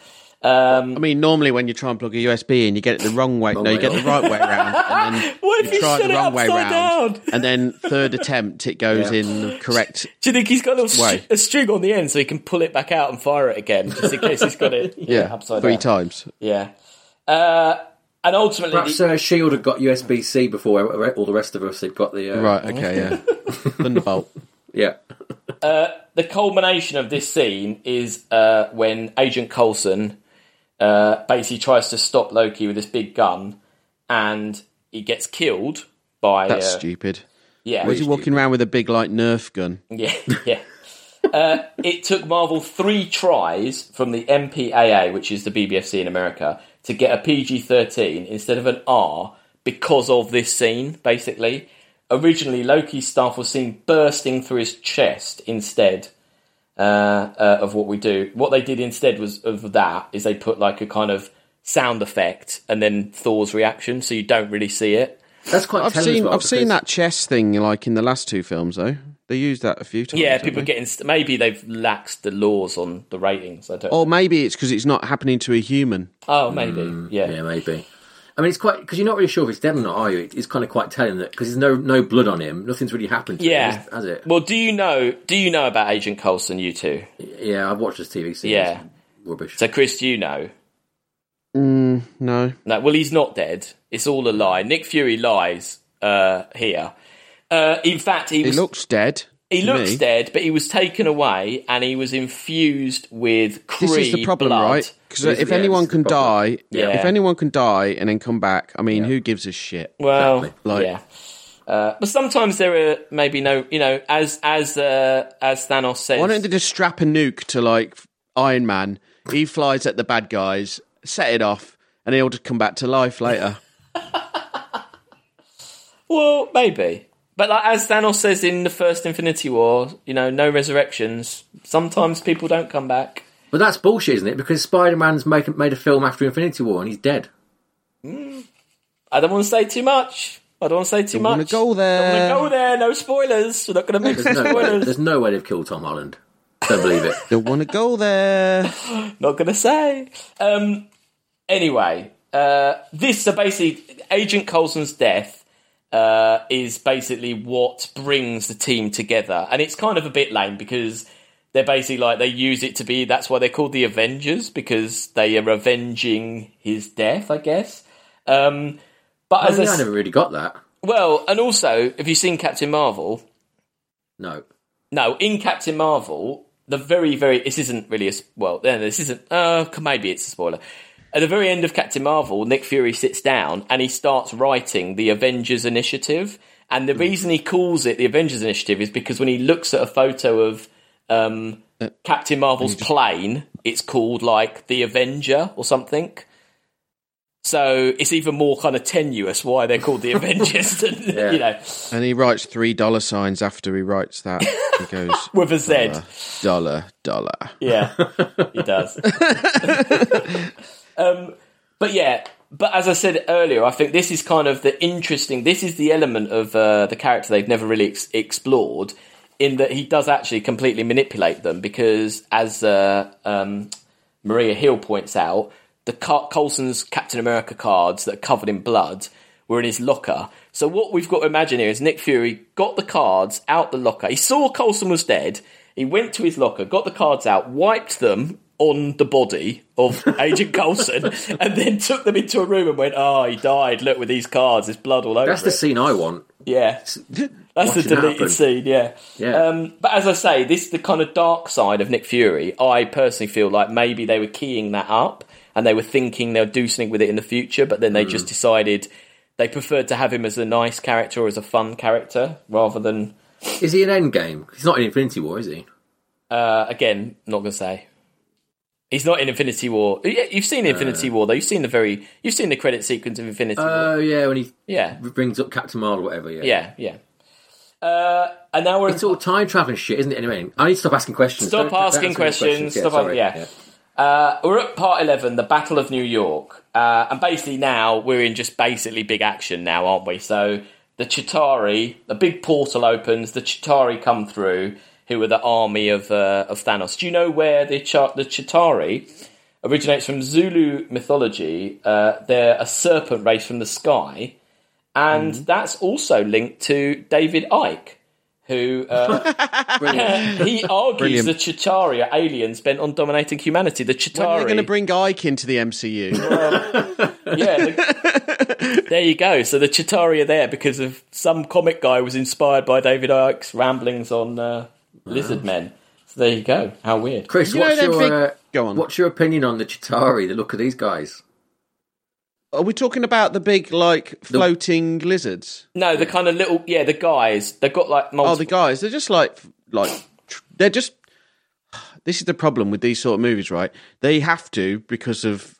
Um, I mean, normally when you try and plug a USB in, you get it the wrong way. no, way you get the right way around. And then [LAUGHS] What if you try it shut the it wrong way upside round. down? And then third attempt, it goes Yeah. in the [LAUGHS] correct. Do you think he's got a, little Way. str- a string on the end so he can pull it back out and fire it again, just in case he's got it yeah, [LAUGHS] Yeah, upside three down? times. Yeah. Uh, and ultimately, Perhaps uh, Shield had got USB C before all the rest of us had got the uh, Right. Okay. [LAUGHS] Yeah. Thunderbolt. Yeah, the culmination of this scene is uh, when Agent Coulson uh, basically tries to stop Loki with this big gun, and he gets killed by. That's uh, stupid. yeah, Was he walking around with a big like Nerf gun? yeah, [LAUGHS] yeah. Uh, it took Marvel three tries from the MPAA, which is the BBFC in America, to get a PG 13 instead of an R because of this scene, basically. Originally, Loki's staff was seen bursting through his chest instead uh, uh, of what we do. What they did instead was of that is they put like a kind of sound effect and then Thor's reaction, so you don't really see it. that's quite. I've telling as seen well, I've seen because- that chess thing like in the last two films though. They used that a few times. Yeah, haven't people they? getting st- maybe they've laxed the laws on the ratings. I don't. Or maybe it's because it's not happening to a human. Oh, maybe. yeah. Yeah, maybe. I mean, it's quite because you're not really sure if it's dead or not, are you? It- It's kind of quite telling that because there's no no blood on him, nothing's really happened. to Yeah. him, has it? Well, do you know? Do you know about Agent Coulson? You two. Yeah, I've watched this TV series. Yeah. rubbish. So, Chris, do you know? No. No. Well, he's not dead. It's all a lie. Nick Fury lies uh, here. Uh, in fact, he He was. looks dead. he to looks me. dead, but he was taken away, and he was infused with Kree This is the problem, blood. right? Because This is- if yeah, anyone this is can the problem. die, Yeah. if anyone can die and then come back, I mean, who gives a shit? Well, Like- yeah. Uh, but sometimes there are maybe no, you know, as as uh, as Thanos says. Why don't they just strap a nuke to like Iron Man? He flies at the bad guys, set it off, and he'll just come back to life later. Well, maybe. But like, as Thanos says in the first Infinity War, you know, no resurrections. Sometimes people don't come back. But that's bullshit, isn't it? Because Spider Man's make, made a film after Infinity War and he's dead. I don't want to say too much. I don't want to say too wanna much. go Don't there. wanna go there. No spoilers. We're not going to make some There's no, way, [LAUGHS] spoilers. there's no way they've killed Tom Holland. Don't believe it. Don't want to go there. not going to say. Um. Anyway, uh, this so basically Agent Coulson's death uh, is basically what brings the team together, and it's kind of a bit lame because they're basically like they use it to be. That's why they're called the Avengers because they are avenging his death, I guess. Um, but [LAUGHS] I, as I mean, I s- never really got that. well, and also, have you seen Captain Marvel? No. No, in Captain Marvel, the very, very this isn't really a s- well. No, this isn't. Uh, maybe it's a spoiler. At the very end of Captain Marvel, Nick Fury sits down and he starts writing the Avengers Initiative. And the reason he calls it the Avengers Initiative is because when he looks at a photo of um, Captain Marvel's plane, it's called like the Avenger or something. So it's even more kind of tenuous why they're called the Avengers, than, you know, And he writes three dollar signs after he writes that. He goes [LAUGHS] with a Z. Uh-huh. dollar, dollar. Yeah, he does. um, but yeah, but as I said earlier, I think this is kind of the interesting. This is the element of uh, the character they've never really ex- explored, in that he does actually completely manipulate them. Because as uh, um, Maria Hill points out, the Car- Colson's Captain America cards that are covered in blood were in his locker. So what we've got to imagine here is Nick Fury got the cards out the locker. He saw Colson was dead. He went to his locker, got the cards out, wiped them on the body of [LAUGHS] Agent Coulson, and then took them into a room and went, "Oh, he died. Look with these cards. There's blood all over That's the it." scene I want. yeah, [LAUGHS] that's the watching deleted happen. scene. Yeah. Yeah. Um, but as I say, this is the kind of dark side of Nick Fury. I personally feel like maybe they were keying that up. and they were thinking they'll do something with it in the future, but then they Mm. just decided they preferred to have him as a nice character or as a fun character rather than Is he an end game? He's not in Infinity War, is he? uh, again, not gonna say. He's not in Infinity War. Yeah, you've seen Infinity War though. You've seen the very, you've seen the credit sequence of Infinity War. Oh yeah, when he Yeah, brings up Captain Marvel, or whatever. Yeah, yeah, yeah. Uh, and now we're It's all time traveling shit, isn't it? Anyway, I need to stop asking questions. Stop Don't- don't asking ask me questions. Yeah, Stop sorry. yeah. Uh, we're at part 11, the Battle of New York. Uh, and basically now we're in just basically big action now, aren't we? So the Chitari, the big portal opens, the Chitari come through, who are the army of, uh, of Thanos. Do you know where the, Ch- the Chitari originates from Zulu mythology? Uh, they're a serpent race from the sky. And Mm-hmm. that's also linked to David Icke. Who uh, he argues [LAUGHS] Brilliant. the Chitari are aliens bent on dominating humanity. The When are Chitari. they going to bring Ike into the MCU? yeah, [LAUGHS] the- there you go. So the Chitari are there because of some comic guy was inspired by David Icke's ramblings on uh, lizard men. So there you go. How weird. Chris, You know what's them your big- uh, Go on. What's your opinion on the Chitari? The look of these guys. Are we talking about the big, like, floating lizards? No, the kind of little yeah, the guys they've got like multiple. Oh, the guys, they're just like, like, tr- they're just. [SIGHS] This is the problem with these sort of movies, right? They have to because of,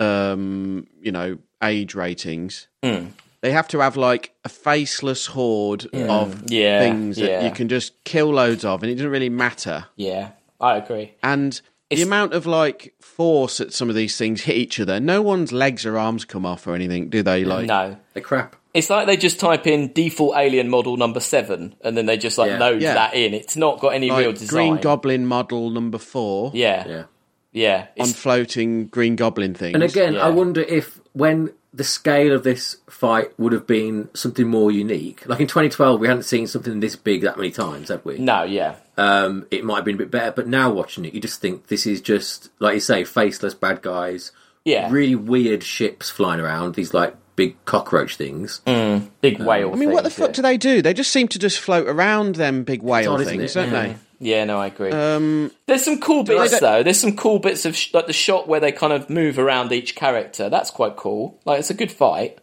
um, you know, age ratings. Hmm. They have to have like a faceless horde of Hmm. Yeah, things that yeah. you can just kill loads of, and it doesn't really matter. yeah, I agree. And the amount of like force that some of these things hit each other, no one's legs or arms come off or anything, do they? Like, No, They're crap. It's like they just type in default alien model number seven, and then they just like Yeah. load Yeah. that in. It's not got any like, real design. Green Goblin model number four Yeah, yeah. Yeah. on It's, floating Green Goblin things. And again, Yeah. I wonder if when the scale of this fight would have been something more unique. Like in 2012, we hadn't seen something this big that many times, had we? no, yeah, Um, it might have been a bit better, but now watching it, you just think this is just like you say, faceless bad guys, yeah. really weird ships flying around. These like big cockroach things. Mm. Big whale. I mean, what the fuck do they do? They just seem to just float around them big whale odd, isn't things, it? don't they? Um, Yeah, no, I agree. Uh, There's some cool bits don't- though. There's some cool bits of sh- like the shot where they kind of move around each character. That's quite cool. Like it's a good fight.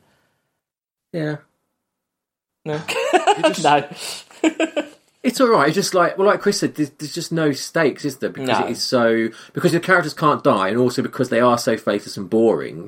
Yeah. No, [LAUGHS] no. It's all right. It's just like well, like Chris said, there's, there's just no stakes, is there? Because No. it is so because the characters can't die, and also because they are so faceless and boring,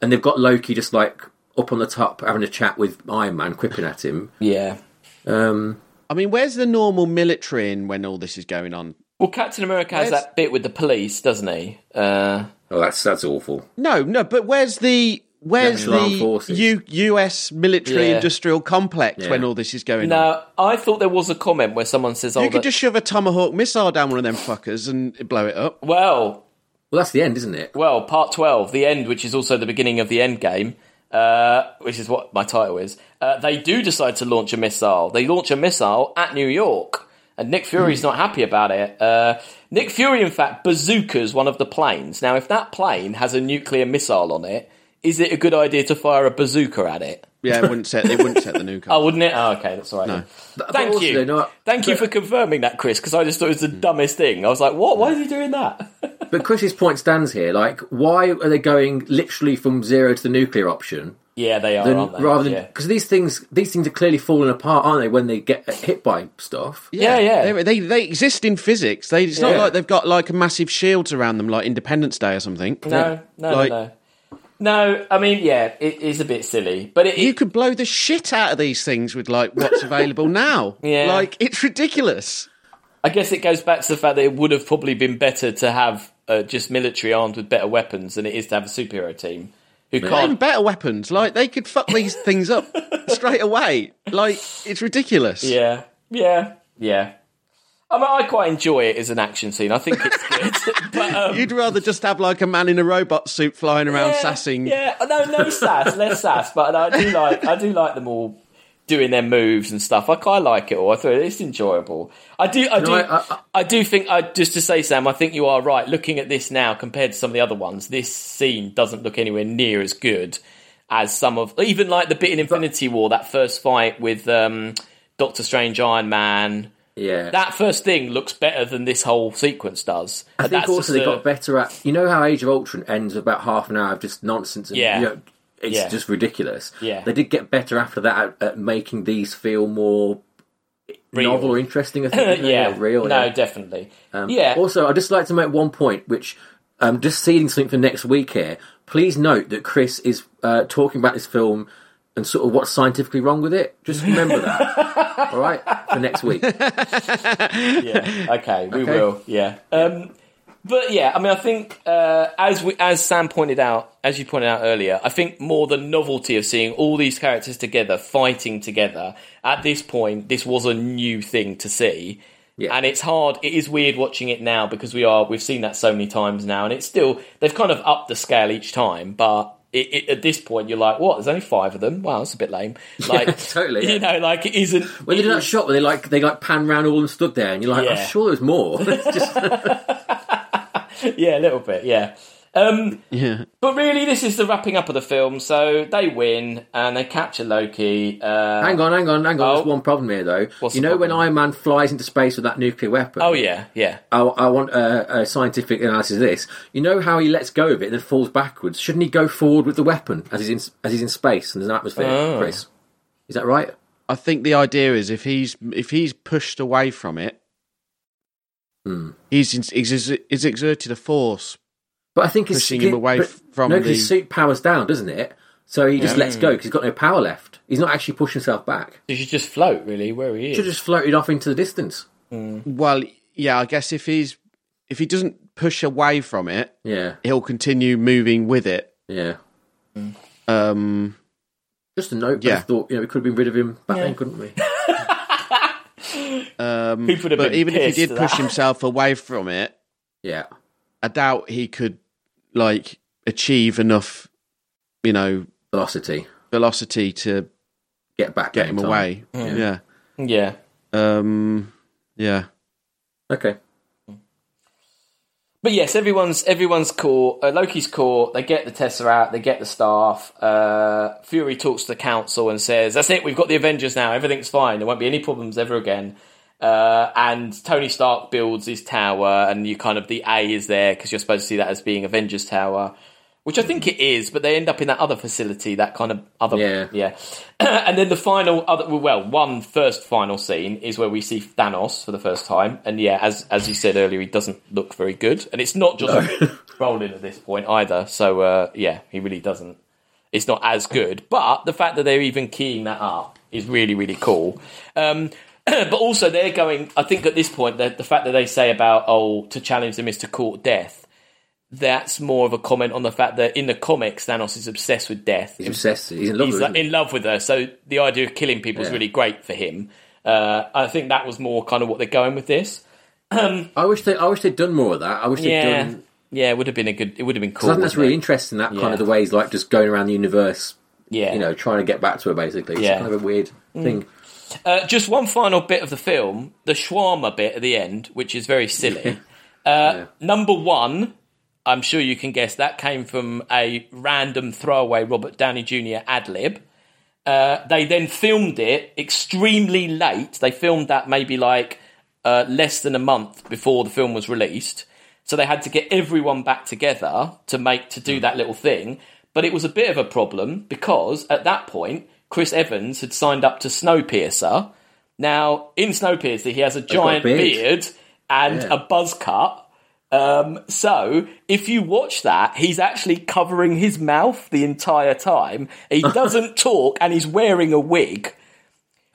and they've got Loki just like up on the top having a chat with Iron Man, quipping at him. [LAUGHS] yeah. Um, I mean, where's the normal military in when all this is going on? Well, Captain America has Where's- that bit with the police, doesn't he? Uh, oh, that's that's awful. No, no, but where's the where's National Armed the Forces. U- U.S. military Yeah. industrial complex Yeah. when all this is going on? now, I thought there was a comment where someone says, "Oh, You could that- just shove a tomahawk missile down one of them fuckers and it'd blow it up. well, Well, that's the end, isn't it? Well, part 12, the end, which is also the beginning of the end game, uh, which is what my title is, uh, they do decide to launch a missile. They launch a missile at New York, and Nick Fury's not happy about it. Uh, Nick Fury, in fact, bazookas one of the planes. Now, if that plane has a nuclear missile on it, is it a good idea to fire a bazooka at it? Yeah, it wouldn't set. It wouldn't set the [LAUGHS] nuke Oh, off. wouldn't it? Oh, okay, that's all right. then. Thank But also you. they're not- Thank you for confirming that, Chris, because I just thought it was the dumbest thing. I was like, what? Why is he doing that? But Chris's point stands here. Like, why are they going literally from zero to the nuclear option? [LAUGHS] yeah, they are, Than, aren't they? rather than Yeah. because these things these things are clearly falling apart, aren't they? When they get hit by stuff, Yeah, yeah. They, they they exist in physics. They it's not Yeah. like they've got like massive shields around them like Independence Day or something. No, no, Like- no, no. No, I mean, yeah, it is a bit silly, but it, You could blow the shit out of these things with like [LAUGHS] what's available now. Yeah. Like it's ridiculous. I guess it goes back to the fact that it would have probably been better to have uh, just military armed with better weapons than it is to have a superhero team who Not even can't. better weapons. Like they could fuck these things [LAUGHS] up straight away. Like it's ridiculous. Yeah, yeah, yeah. I mean, I quite enjoy it as an action scene. I think it's good, [LAUGHS] but um, You'd rather just have like a man in a robot suit flying around yeah, sassing. Yeah, Oh, no, no sass, less sass. But I do like, I do like them all doing their moves and stuff. I kind of like it all. I thought it's enjoyable. I do, I do, I, I- I- do think. I just to say, Sam, I think you are right. Looking at this now compared to some of the other ones, this scene doesn't look anywhere near as good as some of even like the bit in Infinity War, that first fight with um, Doctor Strange, Iron Man. Yeah. That first thing looks better than this whole sequence does. I But think that's also they just a- got better at. You know how Age of Ultron ends about half an hour of just nonsense. And, Yeah. you know, it's Yeah. just ridiculous. Yeah. They did get better after that at, at making these feel more Real. novel or interesting. I think. didn't [LAUGHS] they? yeah, Real. No, yeah. Um, definitely. yeah, Also, I'd just like to make one point, which um, just seeding something for next week here. Please note that Chris is uh, talking about this film and sort of what's scientifically wrong with it. Just remember that. [LAUGHS] All right? For next week. yeah. Okay, we Okay. will. Yeah. Um, but yeah, I mean, I think uh, as we, as Sam pointed out, as you pointed out earlier, I think more the novelty of seeing all these characters together fighting together at this point, this was a new thing to see. Yeah. And it's hard. It is weird watching it now because we are we've seen that so many times now, and it's still they've kind of upped the scale each time. But it, it, at this point, you're like, what? There's only five of them. Wow, that's a bit [LAUGHS] lame. Like totally, You yeah. know, like it isn't. When they it do that is- shot where they like they like pan round all and stood there, and you're like, Yeah. I'm sure [LAUGHS] there's more. It's just- yeah, a little bit. Yeah. Um, Yeah. But really, this is the wrapping up of the film. So they win and they capture Loki. Uh, hang on, hang on, hang on. Oh. There's one problem here though. What's you the know when problem? Iron Man flies into space with that nuclear weapon? oh yeah, yeah. I, I want a, a scientific analysis of this. You know how he lets go of it and then falls backwards. Shouldn't he go forward with the weapon as he's in as he's in space and there's an atmosphere? Oh. Chris, is that right? I think the idea is if he's if he's pushed away from it, Hmm. he's, in- he's he's exerted a force. But I think his Pushing him away but- f- from no, 'cause his the- suit powers down, doesn't it? So he just lets go because he's got no power left. He's not actually pushing himself back. You should just float, really, where he He is. should have just floated off into the distance. Well, yeah, I guess if he's if he doesn't push away from it, Yeah, he'll continue moving with it. yeah. Um, Just a note. Yeah. Yeah. I thought you know we could have been rid of him back then, couldn't we? [LAUGHS] um, People would have but been even if pissed he at did that. push himself away from it, Yeah. I doubt he could like achieve enough, you know, Velocity. velocity to Get back. get in him time. away. Yeah. Yeah. Um, yeah. Okay. But yes, everyone's everyone's caught. Uh, Loki's caught. They get the Tesseract. They get the staff. Uh, Fury talks to the council and says, "That's it. We've got the Avengers now. Everything's fine. There won't be any problems ever again." Uh, and Tony Stark builds his tower, and you kind of the A is there because you're supposed to see that as being Avengers Tower, which I think it is. But they end up in that other facility, that kind of other Yeah. yeah. [CLEARS THROAT] and then the final other well, one first final scene is where we see Thanos for the first time, and yeah, as as you said earlier, he doesn't look very good, and it's not just [LAUGHS] rolling at this point either. So uh, yeah, he really doesn't. It's not as good, but the fact that they're even keying that up is really really cool. Um, but also they're going. I think at this point, the, the fact that they say about oh to challenge them is to court death. That's more of a comment on the fact that in the comics, Thanos is obsessed with death He's obsessed. He's in love he's with like, him. in love with her. So the idea of killing people is Yeah. really great for him. Uh, I think that was more kind of what they're going with this. I wish they. I wish they'd done more of that. I wish Yeah, they'd done. yeah, it would have been a good. It would have been cool. I think that's wouldn't really it? interesting. That Yeah. kind of the way he's like just going around the universe. Yeah, You know, trying to get back to her. Basically, it's Yeah. kind of a weird Mm. thing. Uh, just one final bit of the film, the shawarma bit at the end, which is very silly. Uh, Number one, I'm sure you can guess that came from a random throwaway Robert Downey Jr. ad lib. Uh, they then filmed it extremely late. They filmed that maybe like uh, less than a month before the film was released. So they had to get everyone back together to make to Hmm. do that little thing. But it was a bit of a problem because at that point, Chris Evans had signed up to Snowpiercer. Now in Snowpiercer, he has a giant beard. beard and Yeah. a buzz cut. Um, so if you watch that, he's actually covering his mouth the entire time. He [LAUGHS] doesn't talk and he's wearing a wig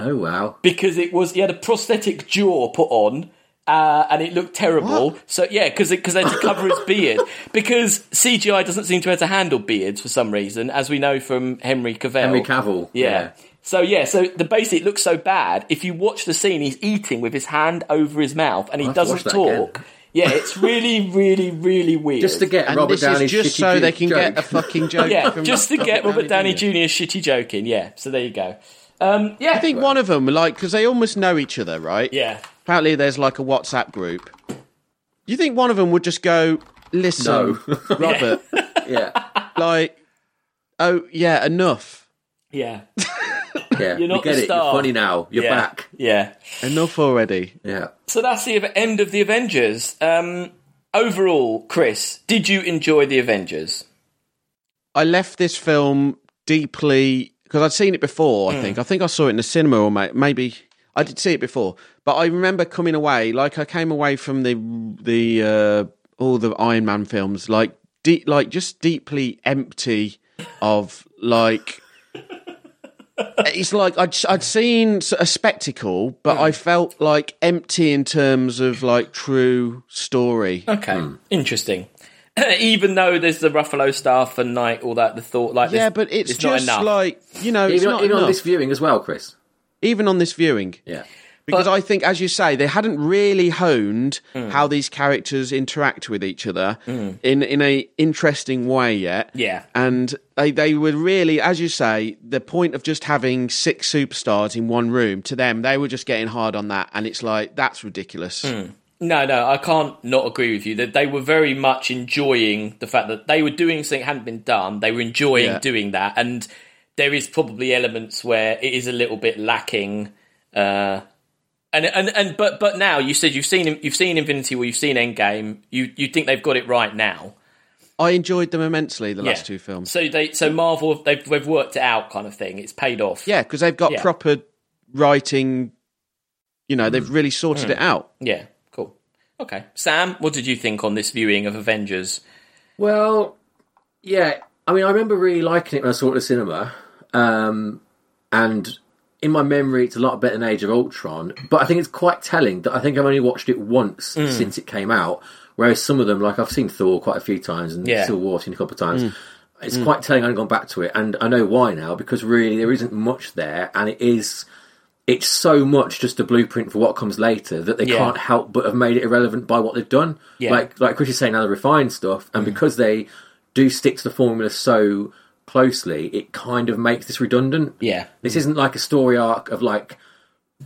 Oh wow. because it was he had a prosthetic jaw put on. Uh, and it looked terrible. So yeah, because because they had to cover his [LAUGHS] beard because CGI doesn't seem to be able to handle beards for some reason, as we know from Henry Cavill. Henry Cavill. Oh, Yeah. So yeah, so the basic looks so bad. If you watch the scene, he's eating with his hand over his mouth and he I'll have to doesn't watch that again. talk. Yeah, it's really, really, really weird. Just to get And Robert this is Downey's just shitty so they can joke. get a fucking [LAUGHS] joke. yeah, from just to get Robert Downey Jr. Jr. shitty joking. Yeah, so there you go. Um, yeah, I think one of them, like, because they almost know each other, right? yeah, Apparently, there's like a WhatsApp group. You think one of them would just go, listen, [LAUGHS] Robert, [LAUGHS] yeah. like, oh yeah, enough. yeah. Yeah, You're not we get the it. star. You're funny now. You're yeah. back. Yeah. Enough already. Yeah. So that's the ev- end of the Avengers. Um, overall, Chris, did you enjoy the Avengers? I left this film deeply because I'd seen it before. Mm. I think I think I saw it in the cinema or may, maybe I did see it before, but I remember coming away like I came away from the the uh, all the Iron Man films like deep like just deeply empty of like. [LAUGHS] It's like I'd, I'd seen a spectacle, but Mm. I felt like empty in terms of like true [LAUGHS] story. Okay, interesting. [LAUGHS] Even though there's the Ruffalo stuff and like all that, the thought like Yeah, there's- but it's, not just enough. like you know, it's Even, not on, even on enough. this viewing as well, Chris. even on this viewing. Yeah. Because I think, as you say, they hadn't really honed Hmm. how these characters interact with each other in in a interesting way yet. Yeah. and they they were really, as you say, the point of just having six superstars in one room. To them, they were just getting hard on that, and it's like that's ridiculous. Hmm. No, no, I can't not agree with you. That they were very much enjoying the fact that they were doing something that hadn't been done. They were enjoying Yeah. doing that, and there is probably elements where it is a little bit lacking. Uh, and and and but but now you said you've seen you've seen Infinity War, you've seen Endgame. You you think they've got it right now? I enjoyed them immensely. The last Yeah. two films, So they so Marvel they've they've worked it out kind of thing. It's paid off. yeah, because they've got Yeah. proper writing. You know, Hmm. they've really sorted it out. Yeah, cool. Okay. Sam, what did you think on this viewing of Avengers? Well, yeah. I mean, I remember really liking it when I saw it at the cinema, um, and in my memory, it's a lot better than Age of Ultron. But I think it's quite telling that I think I've only watched it once Mm. since it came out. Whereas some of them, like I've seen Thor quite a few times and Yeah. Mm. Civil War, I've seen a couple of times. It's quite telling. I've gone back to it, and I know why now because really there isn't much there, and it is. It's so much just a blueprint for what comes later that they Yeah. can't help but have made it irrelevant by what they've done. Yeah. Like like Chris is saying, now the refined stuff, and because they do stick to the formula so closely, it kind of makes this redundant. Yeah. This isn't like a story arc of like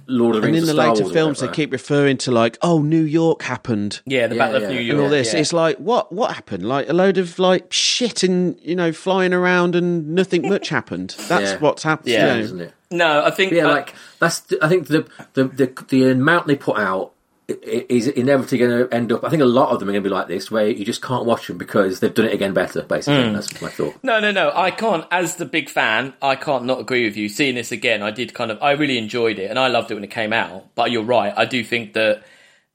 Lord of the And Rings. in or the Star later Wars or films, they whatever. keep referring to like, "Oh, New York happened." Yeah, the Yeah, Battle yeah. of New And York. all this. yeah. It's like what what happened? Like a load of like shit and you know flying around and [LAUGHS] nothing much happened. That's Yeah. what's happened. Yeah. Yeah, isn't it? no, I think Yeah, uh, like that's. The, I think the the the, the amount they put out i- i- is inevitably going to end up. I think a lot of them are going to be like this, where you just can't watch them because they've done it again better. Basically, Mm. that's my thought. No, no, no. I can't. As the big fan, I can't not agree with you. Seeing this again, I did kind of. I really enjoyed it, and I loved it when it came out. But you're right. I do think that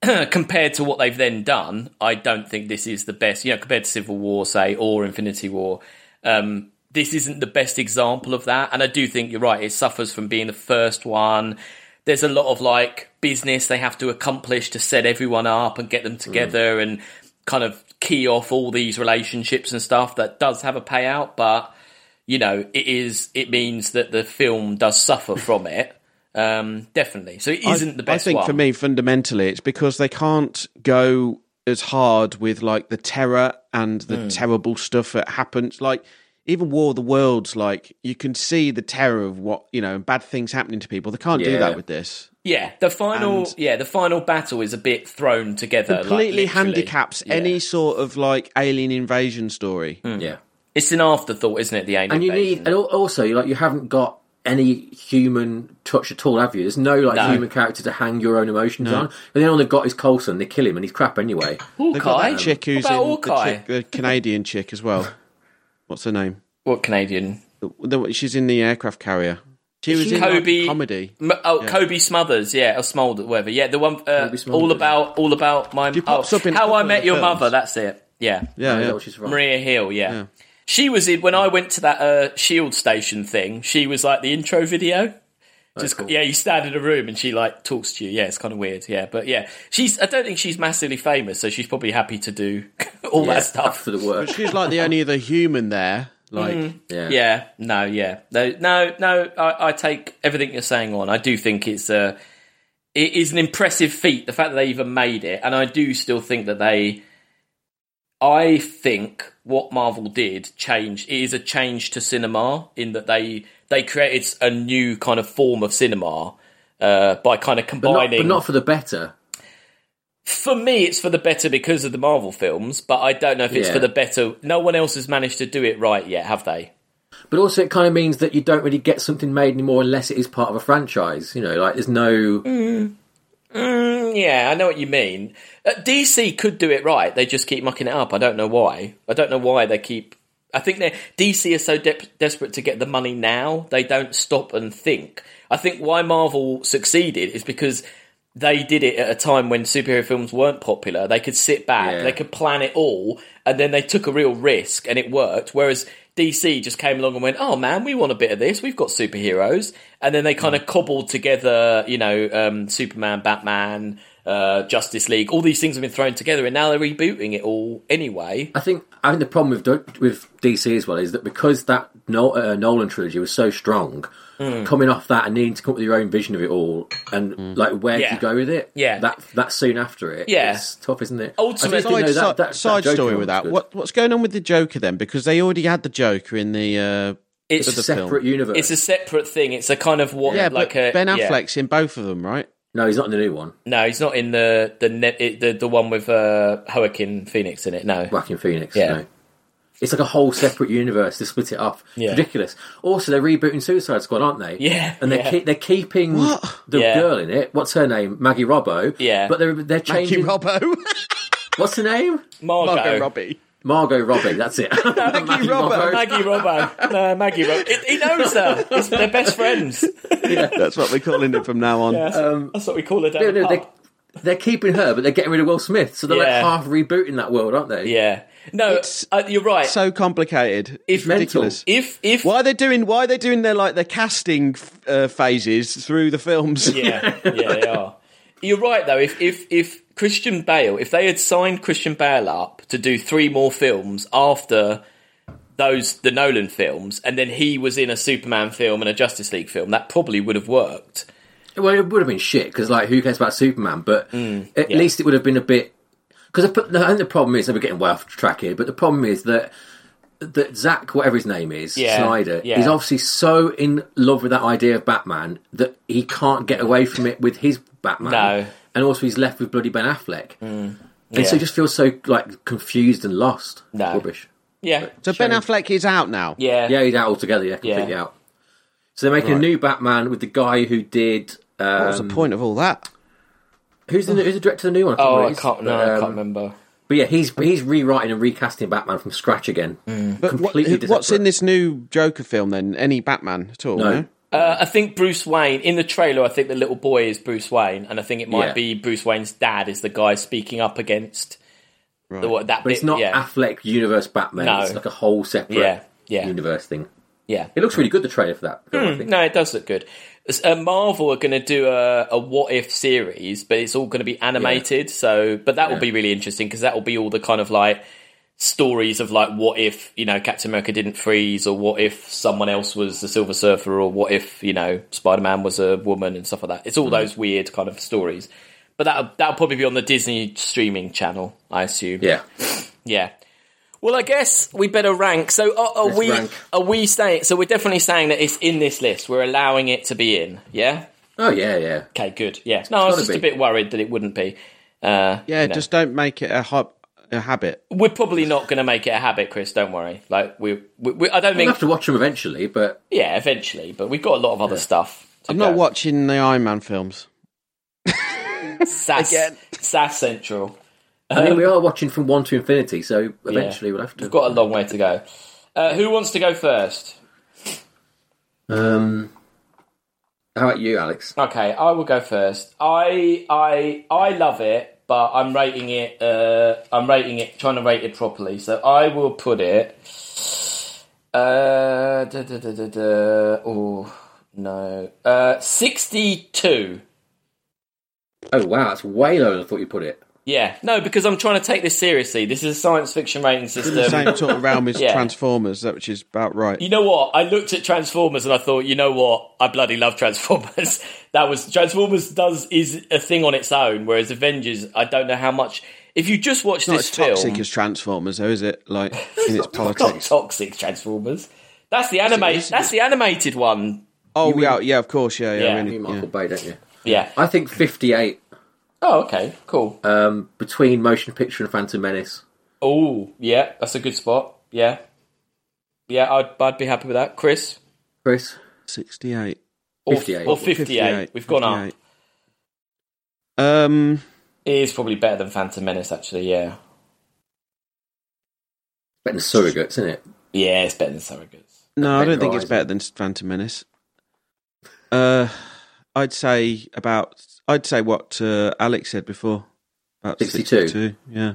[CLEARS THROAT] compared to what they've then done, I don't think this is the best. You know, compared to Civil War, say, or Infinity War, um, this isn't the best example of that. And I do think you're right. It suffers from being the first one. There's a lot of like business they have to accomplish to set everyone up and get Mm. them together and kind of key off all these relationships and stuff that does have a payout, but you know, it is it means that the film does suffer from it. Um, definitely. So it isn't the best I think one. for me, fundamentally, it's because they can't go as hard with like the terror and the Hmm. terrible stuff that happens. Like even War of the Worlds, like you can see the terror of what you know and bad things happening to people. They can't do Yeah. that with this. Yeah, the final yeah, the final battle is a bit thrown together. like, Completely literally. handicaps Yeah. any sort of like alien invasion story. Yeah. It's an afterthought, isn't it? The alien and you invasion? need and al- also like you haven't got any human touch at all have you there's no like human character to hang your own emotions on and then all they've got is colson they kill him and he's crap anyway [LAUGHS] They've got Hawkeye? that um, chick who's What about in the, Hawkeye? chick, the Canadian chick [LAUGHS] as well. What's her name? what Canadian? The- the- she's in the aircraft carrier. She was she in like, Kobe? comedy. M- oh, Kobe Smothers, yeah, or Smolder, whatever. Yeah, the one uh, Smolders, all yeah. about all about my She pops oh, up in a how couple I of met the your films. mother. That's it. Yeah, Yeah, I yeah. know she's from. Maria Hill. Yeah. she was in when I went to that uh, Shield station thing. She was like the intro video. Just yeah, you stand in a room and she like talks to you. Yeah, it's kind of weird. Yeah, but yeah, she's. I don't think she's massively famous, so she's probably happy to do [LAUGHS] all yeah, that stuff. for the [LAUGHS] work She's like the only other human there. Mm-hmm. Like yeah Yeah, no, yeah, no, no, no. I, I take everything you're saying on. I do think it's a, it is an impressive feat the fact that they even made it, and I do still think that they, I think what Marvel did change it is a change to cinema in that they they created a new kind of form of cinema uh, by kind of but not, combining but not for the better for me, it's for the better because of the Marvel films, but I don't know if it's Yeah. for the better. No one else has managed to do it right yet, have they? But also, it kind of means that you don't really get something made anymore unless it is part of a franchise. You know, like there's no. Mm, yeah, I know what you mean. Uh, DC could do it right. They just keep mucking it up. I don't know why. I don't know why they keep. I think they DC is so de- desperate to get the money now. They don't stop and think. I think why Marvel succeeded is because they did it at a time when superhero films weren't popular. They could sit back, Yeah. they could plan it all, and then they took a real risk and it worked. Whereas DC just came along and went, "Oh man, we want a bit of this. We've got superheroes," and then they kind Mm. of cobbled together, you know, um, Superman, Batman, uh, Justice League. All these things have been thrown together, and now they're rebooting it all anyway. I think I think the problem with Do- with DC as well is that because that no- uh, Nolan trilogy was so strong, Hmm. coming off that and needing to come up with your own vision of it all, and Hmm. like where Yeah. do you go with it? Yeah. that that soon after it, Yeah. it's tough, isn't it? Ultimately- I just Side, didn't know side, that- that- that side Joker story one with was that. good. What what's going on with the Joker then? Because they already had the Joker in the uh, It's other a film. separate universe? It's a separate thing. It's a kind of what, yeah, like but a Ben yeah. Affleck's in both of them, right? no, he's not in the new one. No, he's not in the the ne- it- the, the one with uh, Joaquin Phoenix in it. No, Whacking Phoenix. Yeah. no. It's like a whole separate universe. They split it off. It's Yeah. Ridiculous. Also, they're rebooting Suicide Squad, aren't they? Yeah, And they're yeah. keep, they're keeping the Yeah. girl in it. What's her name? Maggie Robbo. Yeah. But they're they're changing. [LAUGHS] Keep Robbo, What's her name? Margot, Margot Robbie. [LAUGHS] Margot Robbie. That's it. Maggie, Robbo. Maggie [LAUGHS] Robbo. No, Maggie Robbo. He- He knows her. It's, they're best friends. That's what we're calling it from now on. That's what we call her down No, the Um, no, pub. they, they're keeping her, but they're getting rid of Will Smith. So they're Yeah. like half rebooting that world, aren't they? Yeah. No, uh, you're right. So complicated. It's mental. ridiculous. if if Why are they doing? Why are they doing their like their casting uh, phases through the films? yeah, yeah, they are. You're right though. If if if Christian Bale, if they had signed Christian Bale up to do three more films after those the Nolan films, and then he was in a Superman film and a Justice League film, that probably would have worked. Well, it would have been shit because, like, who cares about Superman? But Mm, at least it would have been a bit. Because I, put- I think the problem is, and we're getting way off track here, but the problem is that that Zach, whatever his name is, Yeah, Snyder, yeah. is obviously so in love with that idea of Batman that he can't get away from it with his Batman. No. Mm, And also, he's left with bloody Ben Affleck. And so yeah. he just feels so, like, confused and lost. No. Rubbish. Yeah, So Ben Affleck is out now. yeah, Yeah, he's out altogether. Yeah, completely Yeah. out. So they're making a new Batman with the guy who did. What was Um, the point of all that? who's, the, who's the director of the new one? can't Oh, remember I who it is, can't. No, but, I um, can't remember. But yeah, he's he's rewriting and recasting Batman from scratch again. Mm. But what, Completely what's in disparate. this new Joker film then? Any Batman at all? No. Uh, I think Bruce Wayne in the trailer. I think the little boy is Bruce Wayne, and I think it might Yeah. be Bruce Wayne's dad is the guy speaking up against the, what, that. But it's bit, not yeah, Affleck universe Batman. No. It's like a whole separate Yeah, yeah. universe thing. yeah. It looks really good. The trailer for that. Film, I think. No, it does look good. S- Uh, Marvel are going to do a, a what if series, but it's all going to be animated. So, but that will be really interesting because that will be all the kind of like stories of like what if you know Captain America didn't freeze, or what if someone else was the Silver Surfer, or what if you know Spider Man was a woman and stuff like that. It's all those weird kind of stories. But that that'll probably be on the Disney streaming channel, I assume. Yeah, Yeah. Well, I guess we better rank. So uh, are, are Let's we rank. are we saying? So we're definitely saying that it's in this list. We're allowing it to be in. Yeah. Oh yeah, yeah. Okay. Good. Yeah. No, I was gotta just a be. bit worried that it wouldn't be. Uh, Yeah, no. just don't make it a, hob- a habit. we're probably not going to make it a habit, Chris. Don't worry. Like we, we, we I don't We'll think. have to watch them eventually, but Yeah, eventually, but we've got a lot of other stuff. To I'm go. not watching the Iron Man films. Sass, Sass Central. I mean, we are watching from one to infinity, so eventually we'll have to. We've got a long way to go. Uh, who wants to go first? Um, how about you, Alex? Okay, I will go first. I I I love it, but I'm rating it. Uh, I'm rating it, trying to rate it properly. So I will put it. Uh, da, da, da, da, da, oh no, uh, sixty-two. Oh wow, that's way lower than I thought you put it. Yeah, no, because I'm trying to take this seriously. This is a science fiction rating The system. same sort of realm as Um, [LAUGHS] Yeah. Transformers, that which is about right. You know what? I looked at Transformers and I thought, you know what? I bloody love Transformers. [LAUGHS] that was Transformers does is a thing on its own, whereas Avengers, I don't know how much. If you just watch Not this as toxic film, as Transformers, though, is it? [LAUGHS] Like in its not politics. toxic Transformers. That's the animated. is. That's the animated one. Oh, yeah, yeah, of course, yeah, yeah. Yeah. really, You yeah. Michael Bay, don't you? Yeah. I think fifty-eight Oh, okay. Cool. um, between motion picture and Phantom Menace. oh, yeah. That's a good spot. Yeah. Yeah, I'd, I'd be happy with that. Chris? Chris. 68. Or, 58. Or 58. We've gone up. 58. Um, It is probably better than Phantom Menace, actually, yeah. Better than surrogates, isn't it? Yeah, it's better than Surrogates. no, I don't think it's Horizon. better than Phantom Menace. Uh, I'd say about, I'd say what uh, Alex said before. About 62. 62, Yeah.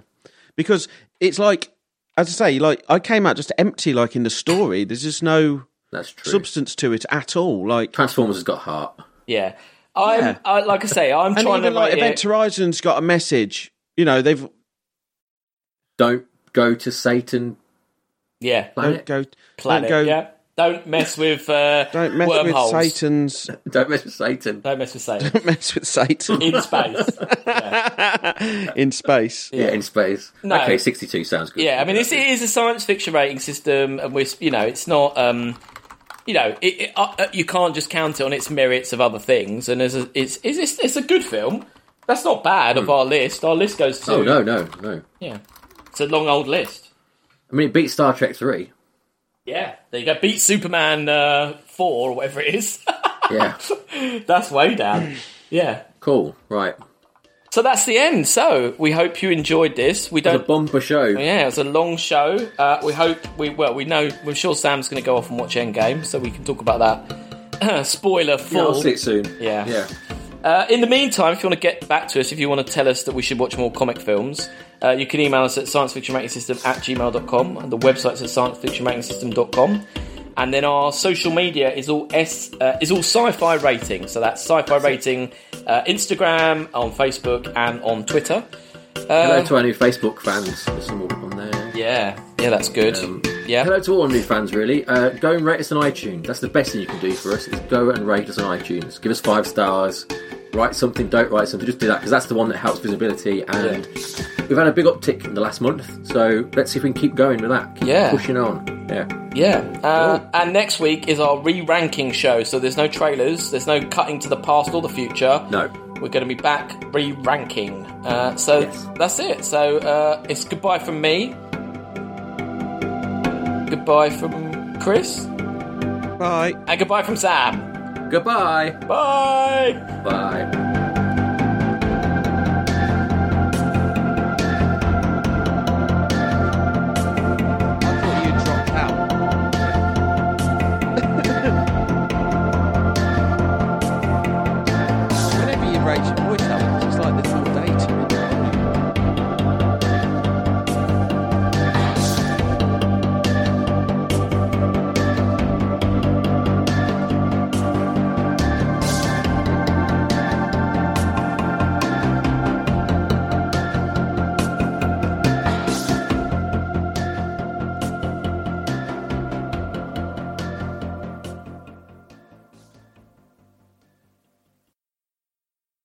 Because it's like, as I say, like I came out just empty, like in the story. There's just no That's true. substance to it at all. Like, Transformers has got heart. Yeah. I'm, Yeah. I, like I say, I'm and trying even to like rate it- Event Horizon's got a message. You know, they've Don't go to Satan [LAUGHS] Yeah. don't planet. go, Planet. don't go, yeah. Don't mess with uh, don't mess wormholes. with Satan's, [LAUGHS] Don't mess with Satan. Don't mess with Satan. don't mess [LAUGHS] with Satan In [LAUGHS] space. in space. Yeah, in space. No. Okay, 62 sounds good. Yeah, I mean, it's, it is a science fiction rating system, and we're you know, it's not um, you know, it, it, uh, uh, you can't just count it on its merits of other things. And as a, it's is it's, it's a good film. That's not bad of our list. Our list goes to Oh, no, no, no. yeah, it's a long old list. I mean, it beats Star Trek 3. Yeah, there you go. Beat Superman uh, four or whatever it is. [LAUGHS] Yeah. That's way down. Yeah. cool. Right. So that's the end. So we hope you enjoyed this. We The don't bumper show. Yeah, it was a long show. Uh, we hope we well, we know we're sure Sam's going to go off and watch Endgame, so we can talk about that. [CLEARS THROAT] Spoiler Yeah, I'll full. see it soon. Yeah. Yeah. uh, in the meantime, if you want to get back to us, if you want to tell us that we should watch more comic films, uh, you can email us at sciencefictionratingsystem at gmail.com. And the website's at sciencefictionratingsystem.com. And then our social media is all S uh, is all sci-fi rating. So that's sci-fi rating uh, Instagram, on Facebook, and on Twitter. Um, Hello to our new Facebook fans. There's some on there. Yeah, yeah, that's good. Um, yeah, Hello to all our new fans, really. Uh, go and rate us on iTunes. That's the best thing you can do for us. Is go and rate us on iTunes. Give us five stars. Write something. Don't write something. Just do that because that's the one that helps visibility. And we've had a big uptick in the last month. So let's see if we can keep going with that. Keep Yeah. Pushing on. Yeah. Yeah, Oh. uh, and next week is our re-ranking show. So there's no trailers, there's no cutting to the past or the future. No. we're going to be back re-ranking. Uh, so Yes. that's it. So uh, it's goodbye from me. Goodbye from Chris, Bye. and goodbye from Sam. Goodbye. Bye. Bye. [LAUGHS]